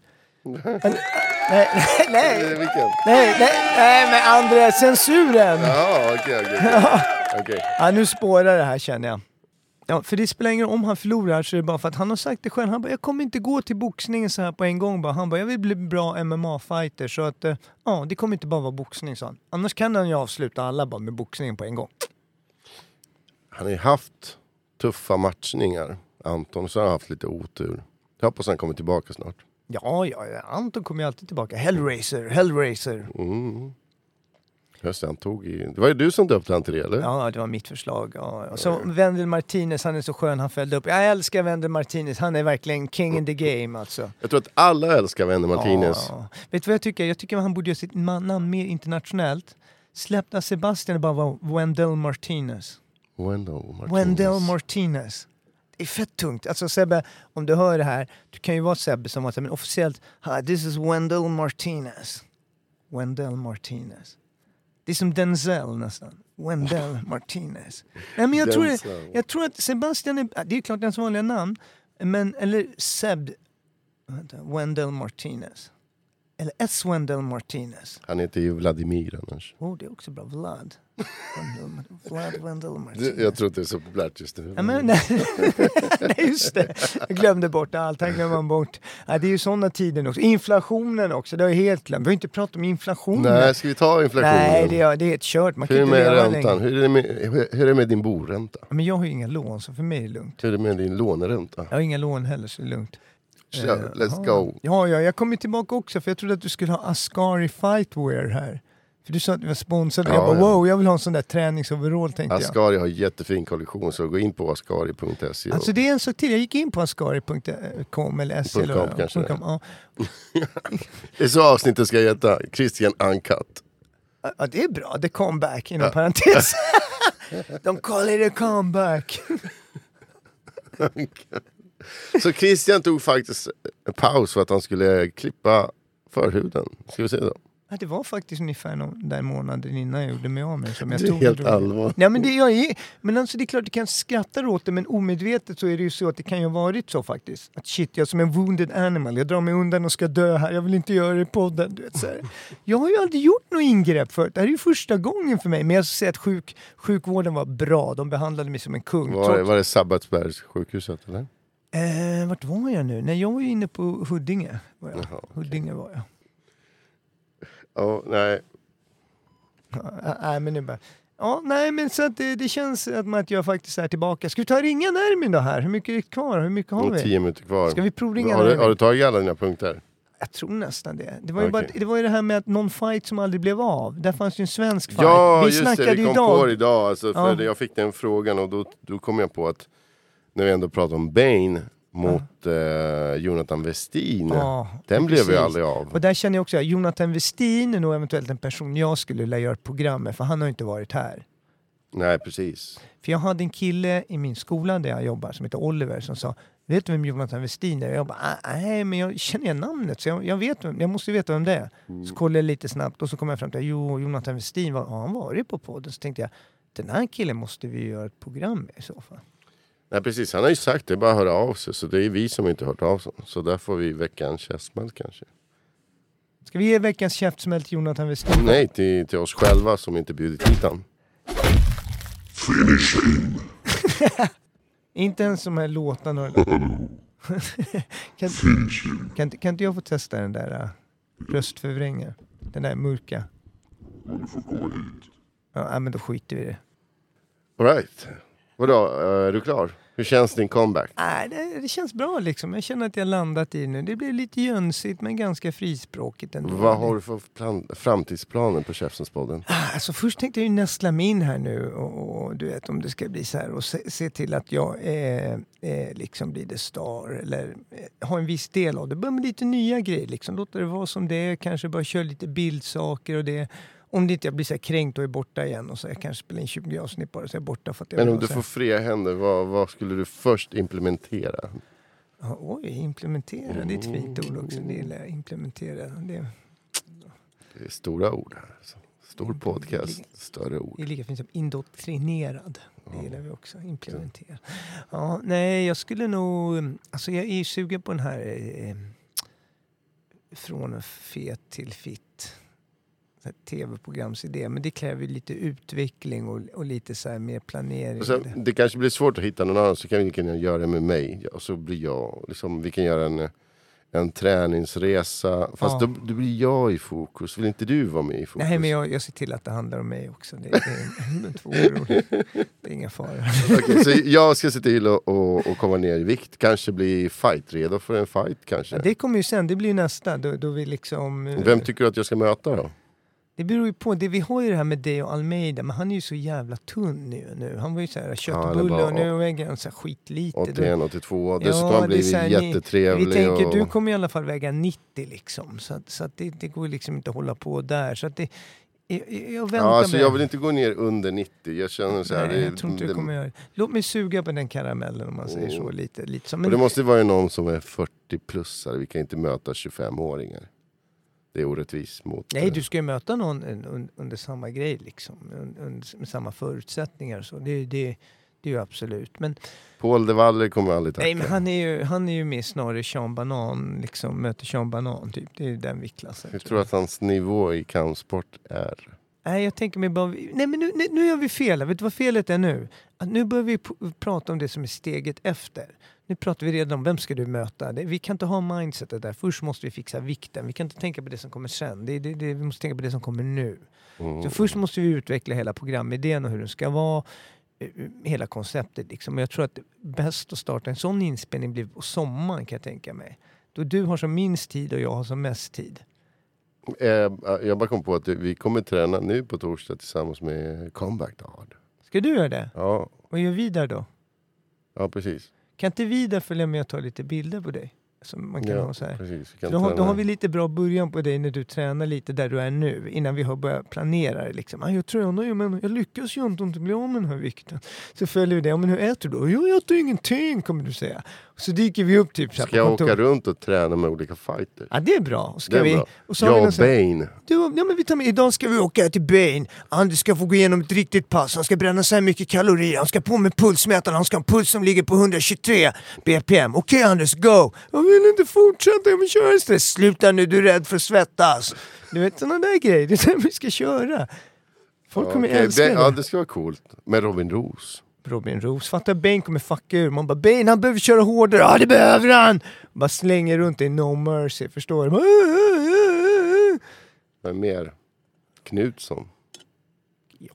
Nej, nej, nej, Vilken? nej, nej, nej, men Andrea, censuren! Ja, okej, okej, okej. Okej. Ja, nu spårar det här känner jag. Ja, för det spelar ingen roll om han förlorar så är det bara för att han har sagt det själv. Han bara, jag kommer inte gå till boxningen så här på en gång bara. Han bara, jag vill bli bra MMA-fighter så att, eh, ja, det kommer inte bara vara boxning sa han. Annars kan han ju avsluta alla bara med boxningen på en gång. Han har ju haft tuffa matchningar, Anton, så har han haft lite otur. Jag hoppas han kommer tillbaka snart. Ja, ja, ja, Anton kommer ju alltid tillbaka. Hellraiser, Hellraiser. Just det, han tog i... Det var ju du som döpte han till det, eller? Ja, det var mitt förslag. Ja, ja. Så Wendel Martinez, han är så skön, han följde upp. Jag älskar Wendel Martinez, han är verkligen king in the game alltså. Jag tror att alla älskar Wende Martinez. Ja. Vet du vad jag tycker? Jag tycker att han borde göra sitt ma- namn mer internationellt. Släppte Sebastian och bara var Wendell Martinez. Wendell Martinez. Wendell Martinez. Det är fett tungt. Alltså Sebbe, om du hör det här, du kan ju vara Sebbe som var så här, men officiellt, "Hi, this is Wendell Martinez. Wendell Martinez. Det är som Denzel nästan. Wendell Martinez. Nej, men jag, tror, det- Denzel. jag tror att Sebastian är, det är klart hans vanliga namn, men, eller Seb, vänta, Wendell Martinez. Eller S. Wendell Martinez. Han heter ju Vladimir annars. Oh, det är också bra. Vlad. Wendell, Vlad Wendell Martinez. Du, jag tror inte det är så populärt just nu. Ja, men, nej, just det. Jag glömde bort allt. Här glömmer man bort. Ja, det är ju sådana tider också. Inflationen också, det har jag helt glömt. Vi har ju inte pratat om inflationen. Nej, ska vi ta inflationen? Nej, det är, det är ett kört. Man kan Hur är det med inte leva räntan? längre. Hur är det med, hur, hur är det med din boränta? Men jag har ju inga lån, så för mig är det lugnt. Hur är det med din låneränta? Jag har inga lån heller, så det är lugnt. Tja, let's go. Ja, ja, jag kommer tillbaka också för jag trodde att du skulle ha Ascari Fightwear här. För du sa att vi var sponsrade. jag Ja, bara ja. wow, jag vill ha en sån där träningsoverall tänkte jag. Ascari har jättefin kollektion, så gå in på ascari.se. och- Alltså det är en sak till, jag gick in på ascari.com eller SC. eller .com vad- kanske det är. .com, ja. Det är så avsnittet ska heta, Christian Uncut. Ja, det är bra. The comeback, inom parentes. De kallar det comeback. Så Christian tog faktiskt en paus för att han skulle klippa förhuden. Ska vi säga så? Ja, det var faktiskt ungefär någon där månaden innan jag gjorde mig av med som jag Det är tog helt och drog. allvar. Nej, men, det, jag är, men alltså, det är klart du kan skratta åt det men omedvetet så är det ju så att det kan ju ha varit så faktiskt. Att shit, jag är som en wounded animal, jag drar mig undan och ska dö här, jag vill inte göra det i podden. Du vet, så här. Jag har ju aldrig gjort något ingrepp förut, det här är ju första gången för mig. Men jag ska säga att sjuk, sjukvården var bra, de behandlade mig som en kung. Var, det- Trots- var det Sabbatsbergs sjukhuset eller? Eh, vart var jag nu? Nej, jag var ju inne på Huddinge. Var jag. Huddinge var jag. Ja, nej. Ja, Nej, men nu bara... Ja, nej, men så att det, det känns att, man, att jag faktiskt är tillbaka. Ska vi ta och ringa Nermin då här? Hur mycket är det kvar? Hur mycket har Och vi? tio minuter kvar. Ska vi provringa har, den du, här? har du tagit alla dina punkter? Jag tror nästan det. Det var ju, Okej. bara, det, var ju det här med att någon fight som aldrig blev av. Där fanns ju en svensk fight. Ja, vi just snackade det. Vi ju kom idag. på det idag. Alltså, för Ja. det- Jag fick den frågan och då, då kom jag på att när vi ändå pratade om Bane mot eh, Jonathan Westin. Ja, den blev ju precis. aldrig av. Och där känner jag också att Jonathan Westin är nog eventuellt en person jag skulle vilja göra ett program med, för han har ju inte varit här. Nej, precis. För jag hade en kille i min skola där jag jobbar som heter Oliver som sa vet du vem Jonathan Westin är? Jag bara, "Ah, nej men jag känner igen namnet så jag, jag vet vem, jag måste ju veta vem det är. Så kollade jag lite snabbt och så kom jag fram till, jo Jonathan Westin, var, har han varit på podden? Så tänkte jag, den här killen måste vi ju göra ett program med i så fall. Nej precis, han har ju sagt det, bara att höra av sig. Så det är vi som inte har hört av oss. Så där får vi väcka en käftsmäll kanske. Ska vi ge veckans käftsmäll till Jonathan Westin? Nej, till, till oss själva som inte bjudit hit han. Finish him. Inte ens de här låtarna. och- kan, Finish him. kan, inte- kan inte jag få testa den där uh, röstförvrängaren? Den där mörka? Men du får komma hit. Ja, nej, men då skiter vi i det. Alright. Vadå, eh, är du klar? Hur känns din comeback? Nej, Äh, det, det känns bra liksom. Jag känner att jag landat i nu. Det blev lite jönsigt men ganska frispråkigt ändå. Vad har du för plan- framtidsplaner på Käftsmällspodden? Alltså först tänkte jag ju nästla mig in här nu och, och du vet om det ska bli så här och se, se till att jag eh, eh, liksom blir the star eller eh, har en viss del av det. Börja med lite nya grejer liksom. Låta det vara som det är. Kanske bara köra lite bildsaker och det. Om det inte jag blir så här kränkt och är borta igen och så jag kanske spelar in 20 avsnitt bara så jag är borta för att jag Men vill om ha du så får här- fria händer, vad, vad skulle du först implementera? Ja, oj, implementera. Det är ett fint ord också. Mm. Det gillar jag. Implementera. Det Det är stora ord här. alltså. Stor podcast, större ord. Det är lika fint som indoktrinerad. Det gillar vi också. Implementera. Ja, nej, jag skulle nog... Alltså jag är ju sugen på den här... Eh, från fet till fitt. Så här Tv-programsidé. Men det kräver ju lite utveckling och, och lite så här mer planering. Och sen, det kanske blir svårt att hitta någon annan, så kan vi kan göra det med mig. Och så blir jag, liksom, vi kan göra en, en träningsresa. Fast Ja. då, då blir jag i fokus. Vill inte du vara med i fokus? Nej, men jag, jag ser till att det handlar om mig också. Det, det, är- men två år och- det är inga faror. Okej, så jag ska se till att att- att komma ner i vikt. Kanske bli fight redo för en fight kanske. Ja, det kommer ju sen. Det blir ju nästa. Då, då vi liksom... eh, Vem tycker du att jag ska möta då? Det beror ju på. Det, vi har ju det här med dig och Almeida, men han är ju så jävla tunn nu. nu. Han var ju så här köttbulle bara- och nu väger han så här skitlite. Då- 81, 82. Ja, Dessutom han det är blir så här, ni- jättetrevlig. Vi tänker, och... du kommer i alla fall väga 90 liksom. Så, att, så att det, det går ju liksom inte att hålla på där. Så att det, jag, jag väntar ja, alltså, med. jag vill inte gå ner under 90. Jag känner så här, Nej, det- jag tror inte det, du kommer göra det. Låt mig suga på den karamellen om man säger så. Lite, lite så. Och Men det måste vara någon som är 40-plussare. Vi kan inte möta 25-åringar. Det är orättvist mot... Nej, du ska ju möta någon un- un- under samma grej liksom. Un- under, med samma förutsättningar och så. Det, det, det är ju absolut. Men Paul de Valle kommer aldrig tacka. Nej, men han är ju, han är ju mer snarare Sean Banan, liksom möter Sean Banan typ. Det är ju den viktklassen. Jag tror att hans nivå i kampsport är... Nej, jag tänker mig bara... Nej, men nu, nu, nu gör vi fel. här. Vet du vad felet är nu? Att nu börjar vi p- prata om det som är steget efter. Nu pratar vi redan om vem ska du möta. Det, vi kan inte ha mindsetet där. Först måste vi fixa vikten. Vi kan inte tänka på det som kommer sen. Det, det, det, vi måste tänka på det som kommer nu. Så först måste vi utveckla hela programidén och hur den ska vara. eh, Hela konceptet liksom. Och jag tror att bäst att starta en sån inspelning blir på sommaren kan jag tänka mig. Då du har som minst tid och jag har som mest tid. Eh, Jag bara kom på att vi kommer träna nu på torsdag tillsammans med Comeback Dad. Ska du göra det? Ja, Vad gör vi där då? ja precis. Kan inte vi där följa med och ta lite bilder på dig? Som man kan Ja, ha så här. precis. Vi kan Då, har- då träna. har vi lite bra början på dig när du tränar lite där du är nu innan vi har börjat planera. det, Liksom. Ah, jag tränar ju men jag lyckas ju inte om inte bli av med den här vikten. Så följer vi det. Ja, men hur äter du då? Jo, jag äter ju ingenting kommer du säga. Så dyker vi upp typ så här Ska jag på åka kontoret. runt och träna med olika fighters? Ja, det är bra. Och, ska Det är vi, bra. och så har vi Jag någon och sån här- Bane. du, ja, men vi tar med, idag ska vi åka till Bain. Anders ska få gå igenom ett riktigt pass. Han ska bränna så här mycket kalorier. Han ska på med pulsmätaren. Han ska ha en puls som ligger på 123 BPM. Okej Anders, go! Jag vill inte fortsätta, jag vill köra istället. Sluta nu, du är rädd för att svettas. Du vet sådana där grejer. Det är det vi ska köra. Folk kommer Okej, älska Bane- det. Ja, det ska vara coolt. Med Robin Roos. Robin Roos. Fattar Bane kommer fucka ur. Man bara Bane han behöver köra hårdare. Ja det behöver han! Bara slänger runt i no mercy. Förstår du? Vem mer? Knutsson.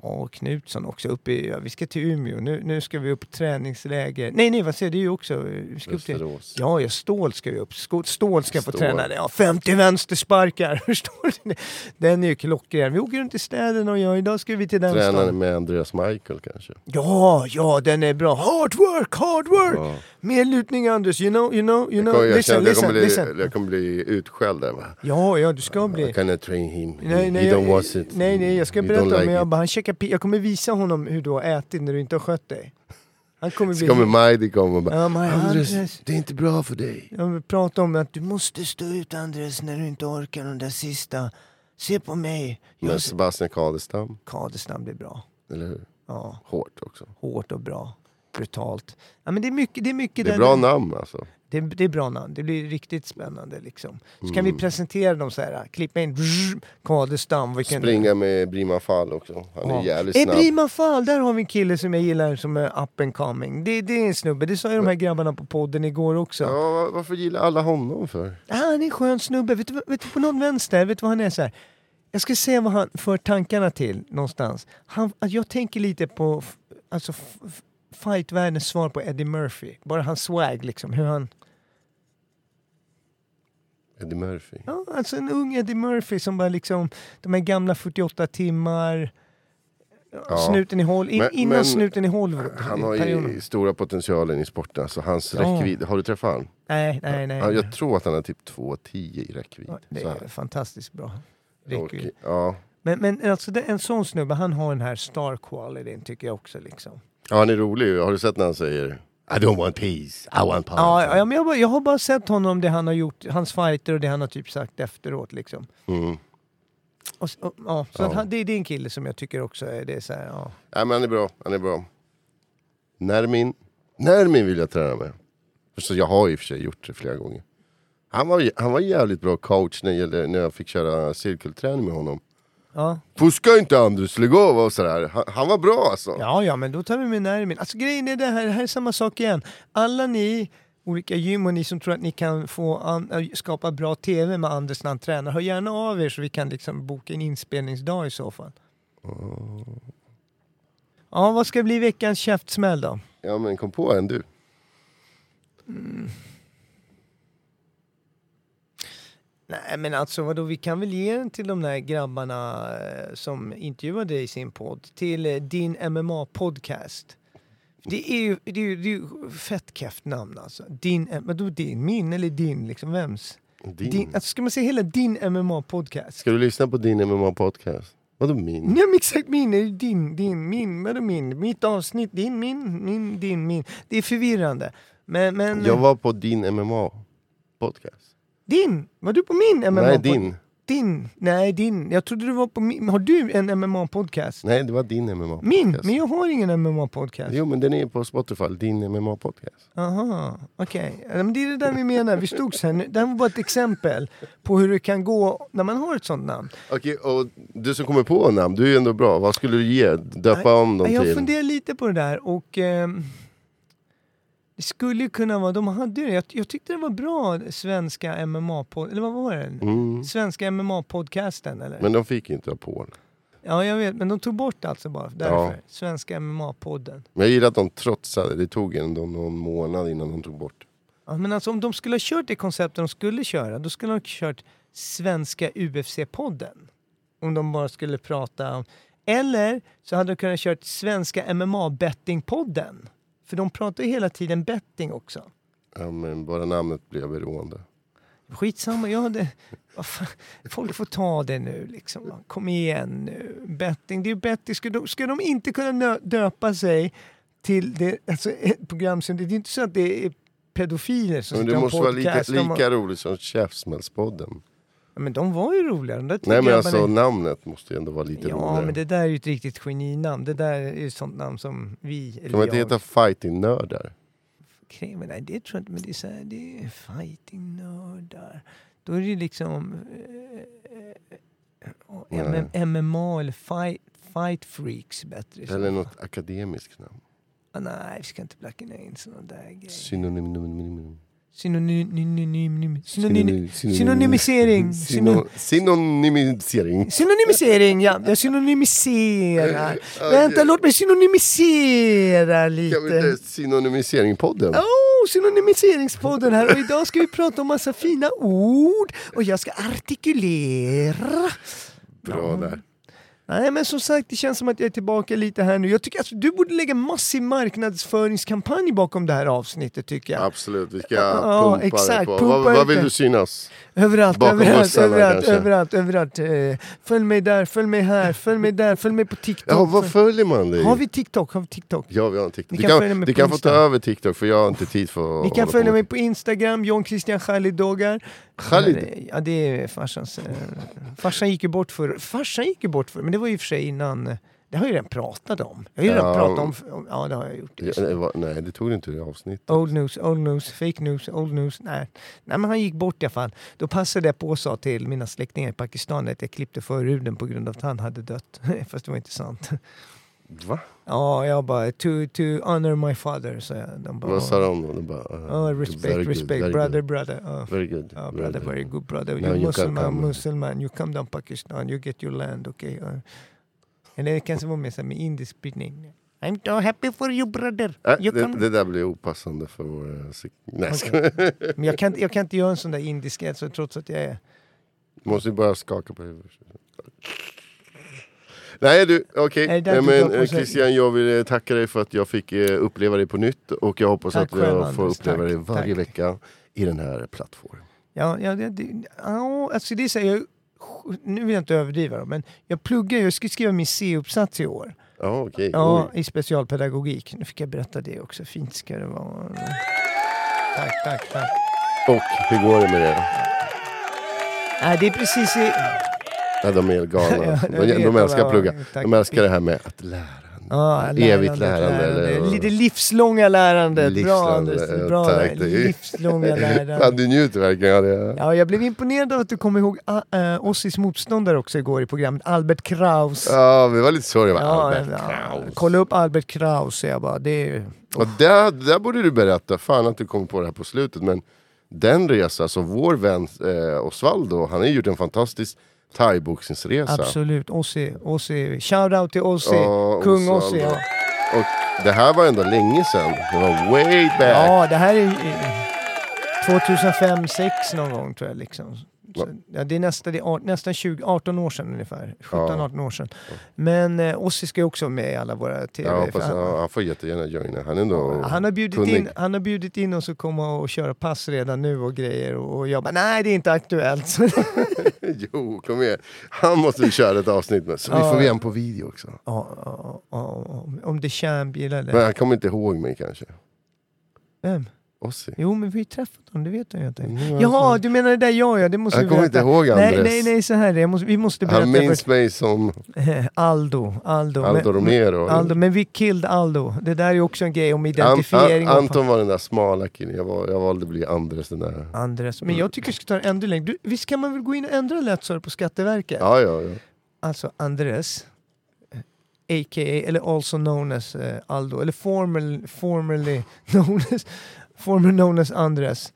Ja, Knutsson också. Uppe i, ja, vi ska till Umeå. Nu, nu ska vi upp på träningsläger. Nej, nej, vad säger du också? Vi ska upp till... Västerås. Ja, ja, Stål ska vi upp. Skå- Stål ska få Stål. träna. Ja, 50 vänstersparkar. Förstår du? det? Den är ju klockren. Vi åker runt i städerna och jag, idag ska vi till den Tränare stan. med Andreas Michael kanske. Ja, ja, den är bra. Hard work, hard work! Ja. Mer lutning Anders, you know, you know, you know. Kom, jag listen, känner att jag listen, kommer listen. bli, jag kommer bli utskälld där. va? Ja, ja, du ska bli. I cannot train him. He- Nej, nej, he don't jag, want it. nej, nej, jag ska He berätta. don't like men jag, it. bara, han checkar, pi- jag kommer visa honom hur du har ätit när du inte har skött dig. Han kommer Så bli... kommer Majdi komma och bara, Ja, Maj- Andres, Andres. det är inte bra för dig. Jag vill prata om att du måste stå ut Andres när du inte orkar de där sista. Se på mig. Jag Men Sebastian Kadestam, Kadestam blir bra. eller hur? Ja, Hårt också. hårt och bra. Brutalt. Ja, men det är mycket, det är mycket Det är där- bra namn alltså. Det, det är bra namn. Det blir riktigt spännande liksom. Så kan Mm. vi presentera dem så här. Klippa in Kadestam. Vilken... Springa med Brima Fall också. Han är Ja. jävligt Eh, snabb. Brima Fall, där har vi en kille som jag gillar som är up and coming. Det, det är en snubbe, det sa ju de här grabbarna på podden igår också. Ja, va- varför gillar alla honom för? Ah, han är en skön snubbe. Vet du, vad- vet du på någon vänster, vet du vad han är så här? Jag ska se vad han för tankarna till någonstans. Han, att jag tänker lite på f- alltså, f- f- fightvärldens svar på Eddie Murphy. Bara hans swag liksom. Hur han, Eddie Murphy. ja, alltså en ung Eddie Murphy som bara liksom, de här gamla 48 timmar, Ja. snuten i hål, in, Men- innan men- snuten i hål. Han har ju stora potentialen i sporten, alltså hans Ja. räckvidd. Har du träffat han? Nej, nej, nej. Ja, jag tror att han har typ 2,10 i räckvidd. Ja, Det Så är här. fantastiskt bra. Räckvidd. Och- ja. Men, men alltså det, en sån snubbe, han har den här star qualityn tycker jag också liksom. ja, han är rolig. Har du sett när han säger I don't want peace, I want power. Ja, ja men jag, bara- jag har bara sett honom, det han har gjort, hans fighter och det han har typ sagt efteråt liksom. Mm. Och, s- och, ja, så Ja. Att han, det, det är en kille som jag tycker också är, det är så här, ja. Nej, men han är bra, han är bra. Nermin, Nermin vill jag träna med. Så jag har i och för sig gjort det flera gånger. Han var, han var jävligt bra coach när, det gällde- när jag fick köra cirkelträning med honom. Ja. Fuska inte Anders, lägg av och sådär. Han, han var bra alltså. ja, ja, men då tar vi med Nermin. Alltså grejen är det här, det här är samma sak igen. Alla ni olika gym och ni som tror att ni kan få an, äh, skapa bra TV med Anders när han tränar, hör gärna av er så vi kan liksom boka en inspelningsdag i så fall. Ja, vad ska bli veckans käftsmäll då? Ja men kom på en du. Nej men alltså vadå, vi kan väl ge den till de där grabbarna eh, som intervjuade i sin podd. Till eh, din MMA-podcast. Det är ju, det är ju, det är ju fett kefft namn alltså. Din, eh, vadå din? Min eller din liksom? Vems? Din. Din, alltså, ska man säga hela din MMA-podcast? Ska du lyssna på din MMA-podcast? Vadå min? Nej men exakt min, är ju din, din, min, vadå min? Mitt avsnitt, din, min, min, din, min. Det är förvirrande. Men, men Jag var på din MMA-podcast. din, var du på min MMA? Nej, din. Din? Nej, din. Jag trodde du var på min. Har du en MMA-podcast? Nej, det var din MMA-podcast. Min? Men jag har ingen MMA-podcast. Jo, men den är på Spotify. Din MMA-podcast. Aha, okej. Ja, men Det är det där vi menar. Vi stod så här. nu. Det här var bara ett exempel på hur det kan gå när man har ett sånt namn. Okej, och du som kommer på namn, du är ju ändå bra. Vad skulle du ge? Döpa om dem Nej, Jag till? funderar lite på det där och... ehm, det skulle ju kunna vara... De hade ju det. Jag, jag tyckte det var bra, svenska MMA-pod... Eller vad var det? Svenska MMA-podcasten, eller? Mm. Men de fick ju inte ha Paul. Ja, jag vet. Men de tog bort alltså bara därför. Ja. Svenska MMA-podden. Men jag gillar att de trotsade. Det tog ändå någon månad innan de tog bort. Ja, men alltså, om de skulle ha kört det konceptet de skulle köra, då skulle de ha kört svenska UFC-podden. Om de bara skulle prata om... Eller så hade de kunnat kört svenska MMA-bettingpodden. För de pratar ju hela tiden betting också. Ja, men bara namnet blev beroende. Alltså, Skitsamma, jag hade... Vad fan, Folk får ta det nu liksom. Kom igen nu. Betting, det är ju betting. Ska de, ska de inte kunna nö- döpa sig till det, alltså, ett program som... Det är inte så att det är pedofiler som Men sitter det och måste vara lika, podcastar om- lika roligt som Käftsmällspodden. Ja, Men de var ju roliga. De där tre Nej, men grabbarna. alltså namnet måste ju ändå vara lite Ja, roligare. men det där är ju ett riktigt geninamn. Det där är ju ett sånt namn som vi... eller Kan man inte jag- heta Fighting-nördar? Okej, men nej, det tror jag inte. Men det är så här, det är fighting-nördar. Då är det ju liksom... Eh, eh, eh, MM, MMA eller fight, fight freaks bättre. i så Eller fall. något akademiskt namn. Ah, nej, vi ska inte blacka ner in såna där grejer. Synonym... Synonym... synonym- Synonym... Synonym... Synonym... Synonymisering. Synonym... syno- Synonymisering. Synonymisering, ja. Jag synonymiserar. Vänta, Okej. låt mig synonymisera lite. Kan vi inte synonymisering-podden? Oh, synonymiseringspodden här och idag ska vi prata om massa fina ord och jag ska artikulera. Bra där. Nej men som sagt, det känns som att jag är tillbaka lite här nu. Jag tycker att du borde lägga massiv marknadsföringskampanj bakom det här avsnittet tycker jag. Absolut, vi ska Ja, pumpa dig exakt, på. pumpa vad, vad ut vill det. du synas? Överallt, Bakom överallt, bussarna överallt, kanske. överallt, överallt, eh, Följ mig där, följ mig här, följ mig där, följ mig på TikTok. Ja, vad följer man dig? Har vi TikTok? Har vi TikTok? Ja, vi har en TikTok. Ni Du kan följa kan, mig du på kan få ta Insta. över TikTok för jag har inte tid för att Ni hålla kan på följa med- mig på Instagram, John Christian Khalidogar. Khalid? Ja, det är farsans... eh, Farsan gick ju bort för Farsan gick ju bort för men det var ju i och för sig innan... eh, Det har jag ju redan pratat om. Jag har ju redan Ja. pratat om- om... Ja, det har jag gjort. Ja, nej, va- nej, det tog du inte i det avsnittet. Old news, old news, fake news, old news. Nej. Nej, men han gick bort i alla fall. Då passade jag på och sa till mina släktingar i Pakistan att jag klippte förhuden på grund av att han hade dött. Fast det var inte sant. Va? Ja, jag bara to, to honor my father, sa jag. De bara, Vad sa de då? De bara... "Oh, eh, respect, very good, respect, very brother, good, brother. Ja. Very good. Ja, brother, very good brother. Now you you can Muslim, come. Muslim, you come down Pakistan, you get your land, okej? Okay? Uh, Eller det kanske var mer så här med indisk brytning. I'm so happy for you brother. Nej, You det, come- det där blir opassande för vår... eh, sek- Nej, jag skojar. Men jag kan, inte- jag kan inte göra en sån där indisk alltså, trots att jag är... Måste ju bara skaka på huvudet. Nej du, okej. Nej, det där Nej, tycker jag Men på eh, sig- Christian, jag vill eh, tacka dig för att jag fick eh, uppleva dig på nytt. Och jag hoppas Tack att själv, jag får Anders. uppleva Tack, dig varje tack. vecka i den här plattformen. Ja, ja, det, det, ja alltså det säger jag... Nu vill jag inte överdriva då, men jag pluggar ju. Jag ska skriva min C-uppsats i år. Ja, okej. Ja, Oj. i specialpedagogik. Nu fick jag berätta det också. Fint ska det vara. Tack, tack, tack. Och hur går det med det? Nej, det är precis i... Ja, de är helt galna. Ja, de, jag vet, de de älskar var- att plugga. tack. De älskar det här med att lära. Ja, Evigt lärande, eller- Lite livslånga lärandet. Livslånga, Bra Anders, det är bra. tack, där. det är- livslånga Ja, lärandet. du njuter verkligen av det. Ja, jag blev imponerad av att du kom ihåg uh, uh, Ossis motståndare också igår i programmet, Albert Kraus. Ja, vi var lite sorgliga. Ja, Albert ja. Kraus. Kolla upp Albert Kraus, säger jag bara. Det är, ju- Och där, där borde du berätta, fan att du kom på det här på slutet, men den resa, alltså vår vän eh, Osvaldo, han har ju gjort en fantastisk thaiboxningsresa. absolut. Ossi, Ossi. Shoutout till Ossi. Ja, Kung Osvaldo. Ossi. Ja. Och det här var ändå länge sedan, det var way back. ja, det här är eh, 2005, 6 någon gång tror jag. Liksom. Så, ja, det är nästan, det är art- nästan 20, 18 år sedan ungefär. 17-18 år sedan. Men eh, Ossi ska ju också med i alla våra tv. jag för hoppas, han- ja, han får jättegärna joina, han är ändå Han har, bjudit kunnig. in, han har bjudit in oss att komma och köra pass redan nu och grejer och och jag bara nej det är inte aktuellt. Så- jo, kom igen. Han måste vi köra ett avsnitt med, så vi får igen på video också. Ja, ja, ja, om- Om det Champ gillar Men det. han kommer inte ihåg mig kanske. Vem? Ossi. Jo men vi har ju träffat honom, det vet jag ju inte. Jaha, du menar det där jag ja, det måste Han vi kommer berätta. inte ihåg, nej, Andres. nej, nej, så här är det. Jag måste- Vi måste berätta Han minns mig som för Aldo. Aldo, Aldo men, Romero. Aldo, men vi killed Aldo. Det där är ju också en grej om An- identifiering. An- och- Anton var den där smala killen, jag, var, jag valde att bli Andres den där. Andres. Men jag tycker vi ska ta det ännu längre. Du, visst kan man väl gå in och ändra lätt så här på Skatteverket? Ja, ja, ja. alltså Andres, eh, a.k.a. eller also known as eh, Aldo, eller formal, formerly known as, formerly known as Andres.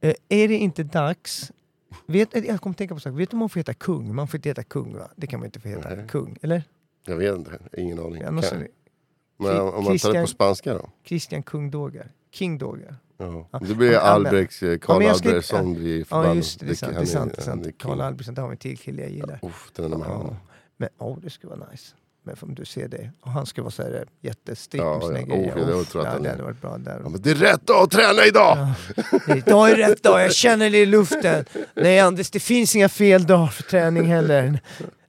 Eh, är det inte dags Vet, eh, jag kom tänka på en sak. Vet du om man får heta kung? Man får inte heta kung va? Det kan man inte få heta. Nej. Kung, eller? Jag vet inte, ingen aning. Annars är Kan- det Men om man tar det Christian- på spanska då? Christian Kung Dogar. King Dogar. Ja. Det blir Ja, men- Albrechts, eh, Karl men jag ska- Albrechtsson blir förbannad. Ja just det, det är sant. Det är han sant, det är han sant. king. Karl Albrektsson, det har vi en till kille jag gillar. Uff, den där med Ja. handen. Men åh, det skulle vara nice. Men om du ser det. Och han skulle vara så här eh, jättestrikt Ja, med sina ja. grejer. Oh, jag Uff, tror att ja, han det är- hade varit bra där. Ja, men det är rätt dag att träna idag! Idag är rätt dag, jag känner det i luften. Nej Anders, det finns inga fel dagar för träning heller.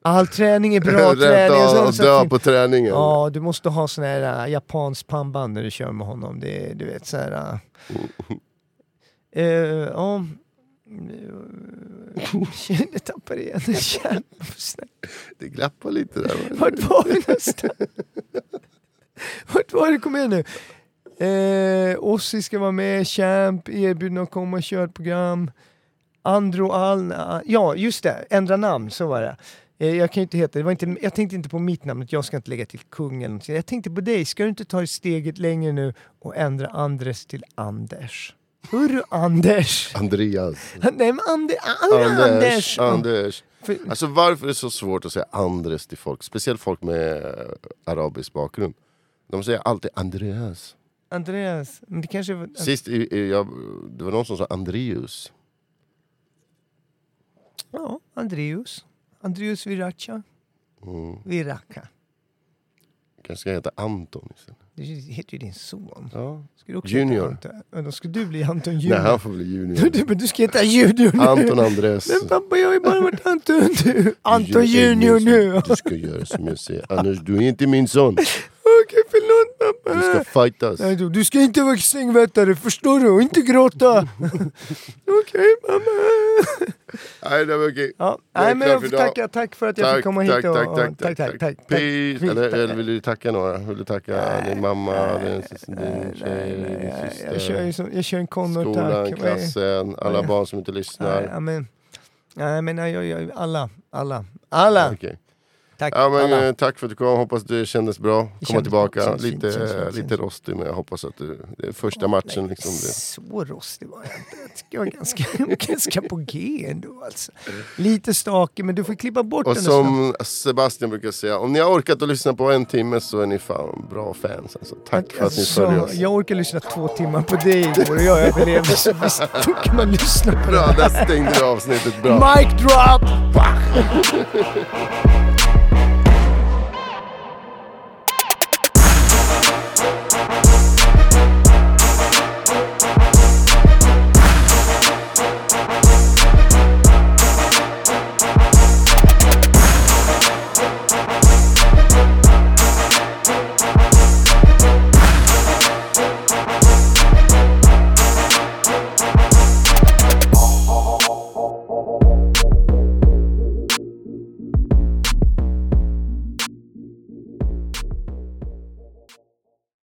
All träning är bra rätt träning. dag att dö fin- på träningen. Ja, du måste ha sån här äh, japansk pannband när du kör med honom. Det är, du vet så här... äh. Eh, ja. Shit, Jag tappade igen kärnan. Det glappar lite där. va? Vart var vi någonstans? Vart var det? Kom igen nu. Eh, Ossi ska vara med, Champ, erbjuden att komma och köra ett program. Andro Alna, ja just det, ändra namn, så var det. Eh, Jag, kan ju inte heta, det var inte, jag tänkte inte på mitt namn, att jag ska inte lägga till kung eller någonting. Jag tänkte på dig, ska du inte ta det steget längre nu och ändra Andres till Anders? Hurru Anders! Andreas. Nej men Ande, hurru Anders! Anders. Anders. För- Alltså varför är det så svårt att säga Andres till folk? Speciellt folk med eh, arabisk bakgrund. De säger alltid Andreas. Andreas, men det kanske var... Sist i, i, jag, det var någon som sa Andreus. Ja, Andreus. Andreus Viracha. Mm. Vi rackar. Kanske ska jag heta Anton istället. Det heter ju din son. Ja. Ska du också Junior. heta Anton? Ja, Då ska du bli Anton Nej, han Junior. får bli Du, junior. men du ska heta Junior nu. Anton Andres. Men pappa, jag har ju bara varit Anton nu. Anton Junior Junior nu. Du ska göra som jag säger, annars du är inte min son. Okej, förlåt pappa. Du ska fightas. Nej, du, du ska inte vara sängvättare, förstår du? Och inte gråta. Okej, mamma. Nej, det var okej. Ja, Det är nej, men klart jag för får idag. tacka. Tack för att jag fick komma hit. och- och- Peace. Tack, Eller, tack. eller vill du tacka några? Vill du tacka din mamma, din, din tjej, din Nej, Jag kör, syster, ju som, jag kör en Connor, skolan, tack. Vad är- klassen, alla barn som inte Nej, ja, lyssnar? men, nej, men jag, jag, jag, alla, alla, alla. Okej. Tack, Ja, men, alla. eh, tack för att du kom, hoppas det kändes bra. Komma kändes bra, tillbaka, kändes fint, lite, kändes fint, lite kändes rostig men jag hoppas att du, det är första matchen liksom. Det. Så rostig var jag inte. Jag tycker jag var ganska, jag var ganska på G ändå alltså. Lite stakig, men du får klippa bort Och den. som Sebastian brukar säga, om ni har orkat att lyssna på en timme så är ni fan bra fans. Alltså, tack för att ni Alltså, följer oss. Jag orkar lyssna två timmar på dig igår och jag överlevde så visst kan man lyssna på det. Bra, där stängde vi avsnittet bra. Mic drop!